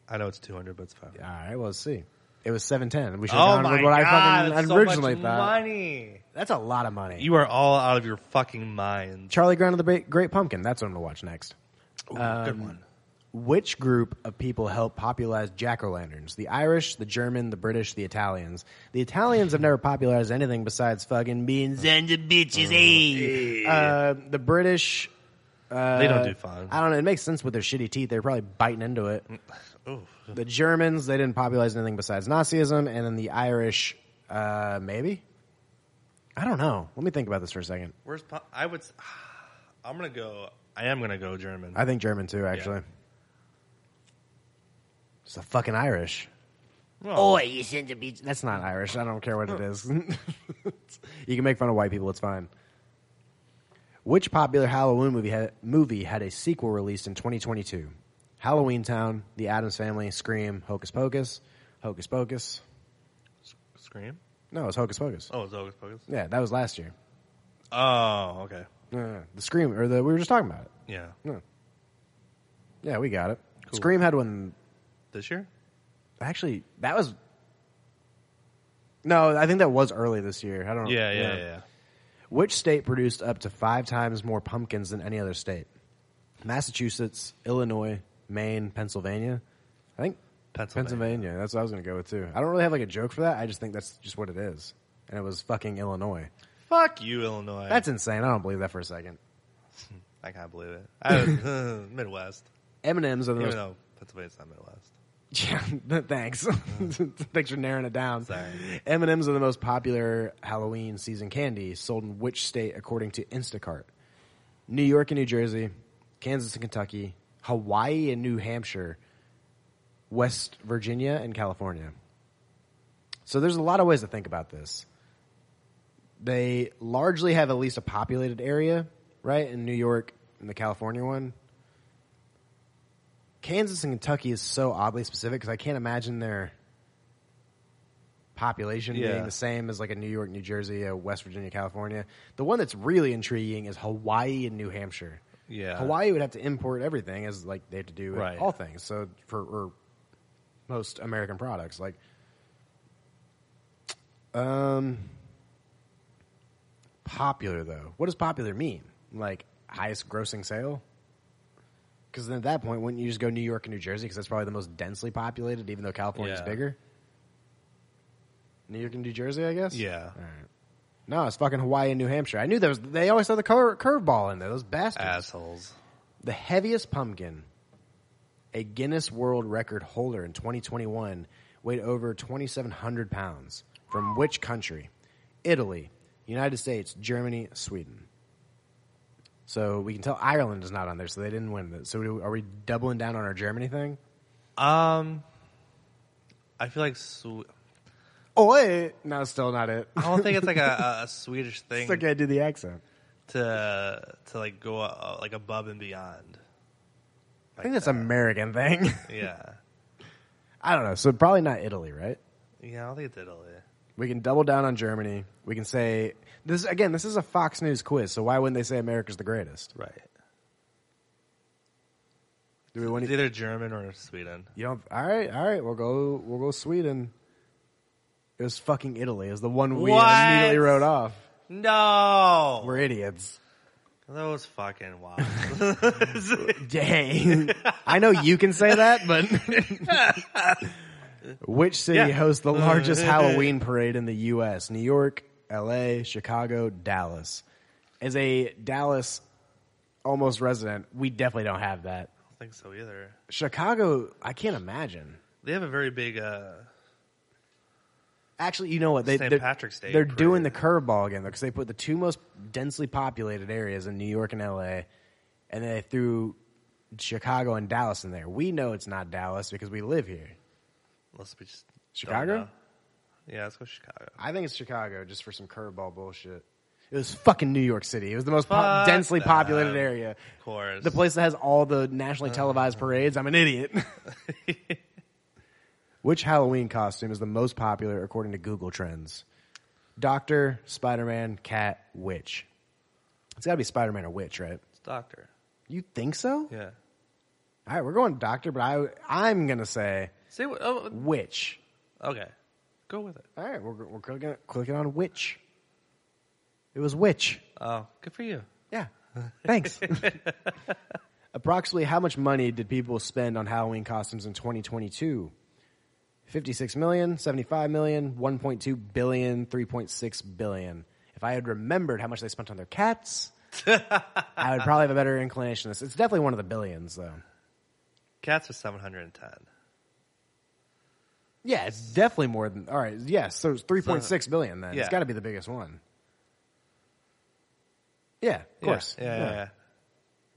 Speaker 2: I know it's 200, but it's five.
Speaker 1: All right, well, let's see. It was seven ten. We should
Speaker 2: Oh
Speaker 1: have gone
Speaker 2: my
Speaker 1: with what
Speaker 2: god!
Speaker 1: I
Speaker 2: it's
Speaker 1: fucking
Speaker 2: so
Speaker 1: originally
Speaker 2: much
Speaker 1: thought.
Speaker 2: money.
Speaker 1: That's a lot of money.
Speaker 2: You are all out of your fucking mind.
Speaker 1: Charlie Brown of the Great- Great Pumpkin. That's what I'm gonna watch next.
Speaker 2: Ooh,
Speaker 1: Um,
Speaker 2: good one.
Speaker 1: Which group of people helped popularize jack o' lanterns? The Irish, the German, the British, the Italians. The Italians have never popularized anything besides fucking being sons of bitches. eh? Uh, the British. Uh,
Speaker 2: They don't do fun.
Speaker 1: I don't know. It makes sense with their shitty teeth. They're probably biting into it.
Speaker 2: Ooh.
Speaker 1: The Germans, they didn't popularize anything besides Nazism. And then the Irish, uh, maybe? I don't know. Let me think about this for a second.
Speaker 2: Where's po- I would? s- I'm gonna go. I am gonna go German.
Speaker 1: I think German too, actually. It's the fucking Irish.
Speaker 2: Well,
Speaker 1: Oh, you send a beach. That's not Irish. I don't care what it
Speaker 2: Oh.
Speaker 1: is. you can make fun of white people. It's fine. Which popular Halloween movie had, movie had a sequel released in 2022? Halloween Town, The Addams Family, Scream, Hocus Pocus, Hocus Pocus.
Speaker 2: Scream.
Speaker 1: No, it's Hocus Pocus.
Speaker 2: Oh, it's Hocus Pocus.
Speaker 1: Yeah, that was last year.
Speaker 2: Oh, okay.
Speaker 1: No, no, no. The Scream, or the we were just talking about it.
Speaker 2: Yeah.
Speaker 1: Yeah, we got it. Scream had one.
Speaker 2: This year?
Speaker 1: Actually, that was. No, I think that was early this year. I don't.
Speaker 2: Yeah, yeah, yeah. yeah.
Speaker 1: Which state produced up to five times more pumpkins than any other state? Massachusetts, Illinois, Maine, Pennsylvania. I think
Speaker 2: Pennsylvania.
Speaker 1: Pennsylvania. That's what I was going to go with too. I don't really have like a joke for that. I just think that's just what it is. And it was fucking Illinois.
Speaker 2: Fuck you, Illinois.
Speaker 1: That's insane. I don't believe that for a second.
Speaker 2: I can't believe it. I, Midwest.
Speaker 1: M&M's are the most.
Speaker 2: Even though Pennsylvania's not Midwest.
Speaker 1: Yeah, thanks. thanks for narrowing it down.
Speaker 2: Sorry.
Speaker 1: M&M's are the most popular Halloween season candy sold in which state according to Instacart? New York and New Jersey, Kansas and Kentucky, Hawaii and New Hampshire, West Virginia and California. So there's a lot of ways to think about this. They largely have at least a populated area, right? In New York and the California one. Kansas and Kentucky is so oddly specific because I can't imagine their population
Speaker 2: Yeah.
Speaker 1: being the same as like a New York, New Jersey, a West Virginia, California. The one that's really intriguing is Hawaii and New Hampshire.
Speaker 2: Yeah.
Speaker 1: Hawaii would have to import everything as like they have to do with
Speaker 2: Right.
Speaker 1: all things. So for or most American products, like um, popular though. What does popular mean? Like highest grossing sale? Because then at that point, wouldn't you just go New York and New Jersey? Because that's probably the most densely populated, even though California's
Speaker 2: Yeah.
Speaker 1: bigger. New York and New Jersey, I guess.
Speaker 2: Yeah.
Speaker 1: All right. No, it's fucking Hawaii and New Hampshire. I knew there was. They always throw the cur- curveball in there. Those bastards.
Speaker 2: Assholes.
Speaker 1: The heaviest pumpkin a Guinness World Record holder in 2021, weighed over 2,700 pounds. From which country? Italy, United States, Germany, Sweden. So we can tell Ireland is not on there, so they didn't win. it. So we- are we doubling down on our Germany thing?
Speaker 2: Um, I feel like Swe-
Speaker 1: Oh, wait. No, still not it.
Speaker 2: I don't think it's like a, a- a Swedish thing
Speaker 1: Still can't do the accent.
Speaker 2: to to like go uh, like above and beyond.
Speaker 1: I think that's an American thing.
Speaker 2: Yeah,
Speaker 1: I don't know. So probably not Italy, right?
Speaker 2: yeah, I don't think it's Italy.
Speaker 1: We can double down on Germany. We can say this again. This is a Fox News quiz, so why wouldn't they say America's the greatest?
Speaker 2: Right.
Speaker 1: Do we want
Speaker 2: It's
Speaker 1: to?
Speaker 2: either German or Sweden.
Speaker 1: You don't. All right, all right. We'll go. We'll go Sweden. It was fucking Italy. It was the one we
Speaker 2: What?
Speaker 1: immediately wrote off.
Speaker 2: No,
Speaker 1: We're idiots.
Speaker 2: those fucking wow.
Speaker 1: Dang. I know you can say that, but which city
Speaker 2: Yeah.
Speaker 1: hosts the largest Halloween parade in the U.S.? New York, L.A., Chicago, Dallas. As a Dallas almost resident, we definitely don't have that.
Speaker 2: I don't think so either.
Speaker 1: Chicago, I can't imagine.
Speaker 2: They have a very big. uh
Speaker 1: Actually, you know what? They,
Speaker 2: St.
Speaker 1: they're-
Speaker 2: Patrick's Day
Speaker 1: They're doing the
Speaker 2: parade.
Speaker 1: curveball again because they put the two most densely populated areas in New York and L.A. and they threw Chicago and Dallas in there. We know it's not Dallas because we live here.
Speaker 2: Let's be just don't
Speaker 1: Chicago?
Speaker 2: know. Yeah, let's go Chicago.
Speaker 1: I think it's Chicago just for some curveball bullshit. It was fucking New York City. It was the most po-
Speaker 2: Fuck
Speaker 1: densely populated
Speaker 2: them.
Speaker 1: area.
Speaker 2: Of course.
Speaker 1: The place that has all the nationally televised parades. I'm an idiot. Which Halloween costume is the most popular according to Google Trends? Doctor, Spider Man, Cat, Witch. It's got to be Spider Man or Witch, right?
Speaker 2: It's doctor.
Speaker 1: You think so?
Speaker 2: Yeah.
Speaker 1: All right, we're going Doctor, but I, I'm going to say
Speaker 2: Say what? Oh,
Speaker 1: Witch.
Speaker 2: okay. Go with it.
Speaker 1: All right, we're, we're clicking, clicking on Witch. It was Witch.
Speaker 2: Oh, good for you.
Speaker 1: Yeah. Thanks. Approximately how much money did people spend on Halloween costumes in 2022? 56 million, 75 million, 1.2 billion, 3.6 billion. If I had remembered how much they spent on their cats, I would probably have a better inclination. This it's definitely one of the billions though.
Speaker 2: Cats was seven hundred and ten.
Speaker 1: Yeah, it's definitely more than All right, yes, so it's 3.6 billion then. It's
Speaker 2: Yeah.
Speaker 1: got to be the biggest one. Yeah, of course.
Speaker 2: Yeah, yeah, yeah.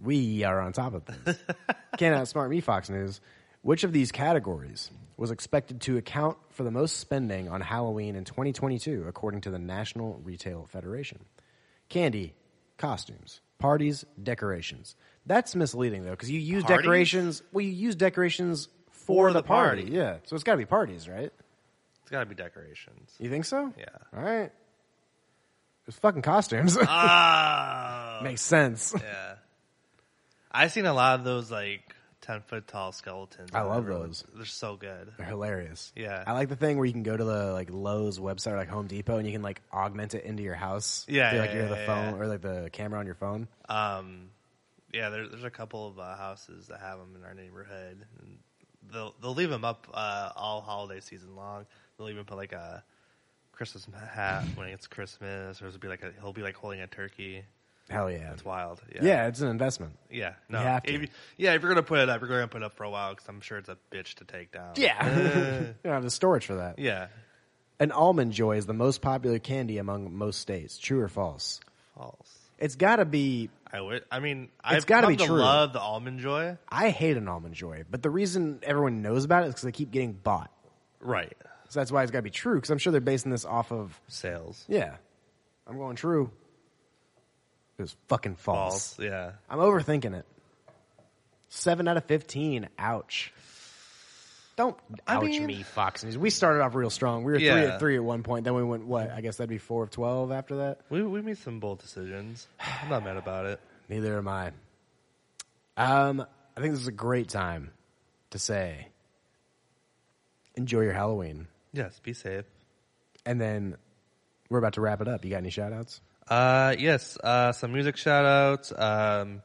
Speaker 1: We are on top of things. Can't outsmart me, Fox News. Which of these categories was expected to account for the most spending on Halloween in 2022, according to the National Retail Federation? Candy, costumes, parties, decorations. That's misleading though, because you use
Speaker 2: Parties?
Speaker 1: decorations. Well, you use decorations for,
Speaker 2: For
Speaker 1: the,
Speaker 2: the
Speaker 1: party.
Speaker 2: party.
Speaker 1: yeah. So it's got to be parties, right?
Speaker 2: It's got to be decorations.
Speaker 1: You think so?
Speaker 2: Yeah.
Speaker 1: All right. It's fucking costumes.
Speaker 2: Ah,
Speaker 1: Makes sense.
Speaker 2: yeah. I've seen a lot of those like ten foot tall skeletons.
Speaker 1: I love
Speaker 2: They're-
Speaker 1: those.
Speaker 2: They're so good.
Speaker 1: They're hilarious.
Speaker 2: Yeah.
Speaker 1: I like the thing where you can go to the like Lowe's website or like Home Depot and you can like augment it into your house.
Speaker 2: Yeah,
Speaker 1: Through, like
Speaker 2: yeah,
Speaker 1: your
Speaker 2: yeah,
Speaker 1: the
Speaker 2: yeah,
Speaker 1: phone
Speaker 2: yeah.
Speaker 1: or like the camera on your phone.
Speaker 2: Um, yeah, there's there's a couple of uh, houses that have them in our neighborhood. And they'll they'll leave them up uh, all holiday season long. They'll even put like a Christmas hat when it's Christmas, or it'll be like a, he'll be like holding a turkey.
Speaker 1: Hell yeah.
Speaker 2: It's wild.
Speaker 1: yeah.
Speaker 2: Yeah,
Speaker 1: it's an investment.
Speaker 2: yeah. No,
Speaker 1: have to.
Speaker 2: If you- yeah. If you're gonna put it up, you're gonna put it up for a while because I'm sure it's a bitch to take down.
Speaker 1: Yeah. you don't have the storage for that.
Speaker 2: yeah.
Speaker 1: An almond joy is the most popular candy among most states. True or false?
Speaker 2: False.
Speaker 1: It's got to be
Speaker 2: I would. I mean, I've
Speaker 1: gotta
Speaker 2: come
Speaker 1: be
Speaker 2: to
Speaker 1: true.
Speaker 2: love the almond joy.
Speaker 1: I hate an almond joy, but the reason everyone knows about it is cuz they keep getting bought.
Speaker 2: Right.
Speaker 1: So that's why it's got to be true cuz I'm sure they're basing this off of
Speaker 2: Sales.
Speaker 1: yeah. I'm going true. It was fucking false.
Speaker 2: False. Yeah.
Speaker 1: I'm overthinking it. Seven out of fifteen. Ouch. Don't
Speaker 2: I
Speaker 1: ouch
Speaker 2: mean-
Speaker 1: me, Fox News. We started off real strong. We were three
Speaker 2: Yeah.
Speaker 1: at three at one point. Then we went what? I guess that'd be four of twelve after that.
Speaker 2: We we made some bold decisions. I'm not mad about it.
Speaker 1: Neither am I. Um, I think this is a great time to say enjoy your Halloween,
Speaker 2: Yes, be safe.
Speaker 1: and then we're about to wrap it up. You got any shout outs?
Speaker 2: Uh, yes, uh, some music shout outs. Um,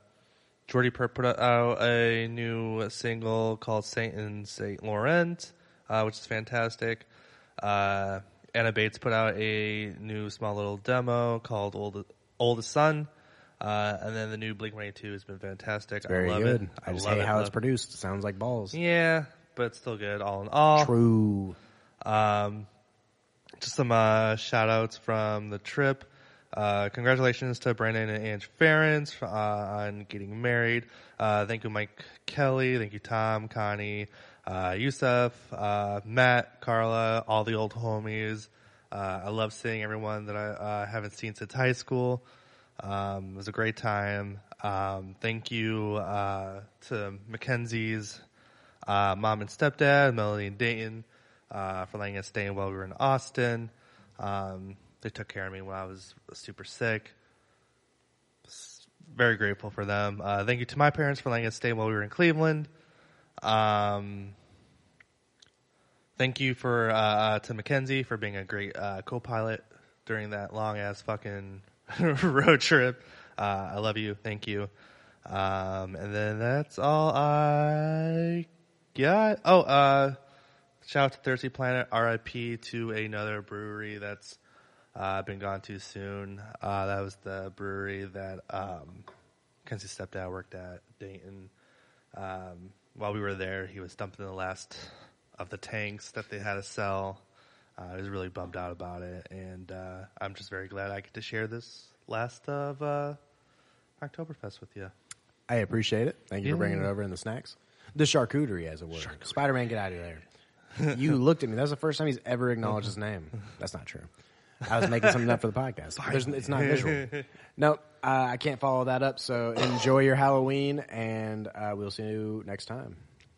Speaker 2: Jordy Purr put out a new single called Saint and Saint Laurent, uh, which is fantastic. Uh, Anna Bates put out a new small little demo called Old Oldest Son. Uh, and then the new Blink 182 has been fantastic.
Speaker 1: Very
Speaker 2: I love
Speaker 1: good.
Speaker 2: it.
Speaker 1: I just
Speaker 2: love
Speaker 1: hate
Speaker 2: it,
Speaker 1: how it's
Speaker 2: love-
Speaker 1: produced. Sounds like balls.
Speaker 2: Yeah, but it's still good all in all.
Speaker 1: True.
Speaker 2: Um, just some uh, shout outs from the trip. Uh, congratulations to Brandon and Ange Ferrens uh, on getting married. Uh, thank you, Mike Kelly. Thank you, Tom, Connie, uh, Yusuf, uh, Matt, Carla, all the old homies. Uh, I love seeing everyone that I uh, haven't seen since high school. Um, it was a great time. Um, thank you uh, to Mackenzie's uh, mom and stepdad, Melody and Dayton, uh, for letting us stay while we were in Austin. Um, they took care of me when I was super sick. S- Very grateful for them. Uh, thank you to my parents for letting us stay while we were in Cleveland. Um, thank you for uh, uh, to Mackenzie for being a great uh, co-pilot during that long ass fucking road trip. Uh, I love you. Thank you. Um, and then that's all I got. Oh, uh, shout out to Thirsty Planet. RIP to another brewery that's uh, been gone too soon. Uh, that was the brewery that um, Kenzie's stepdad worked at Dayton um, while we were there, he was dumping the last of the tanks that they had to sell. Uh, I was really bummed out about it, and uh, I'm just very glad I get to share this last of uh, Oktoberfest with you.
Speaker 1: I appreciate it. Thank you for bringing it
Speaker 2: Yeah.
Speaker 1: over in the snacks. The charcuterie, as it were. Spider Man, get out of there. you looked at me. That was the first time he's ever acknowledged his name. That's not true. I was making something up for the podcast. There's, it's not visual. No, uh, I can't follow that up. So enjoy your Halloween, and uh, we'll see you next time.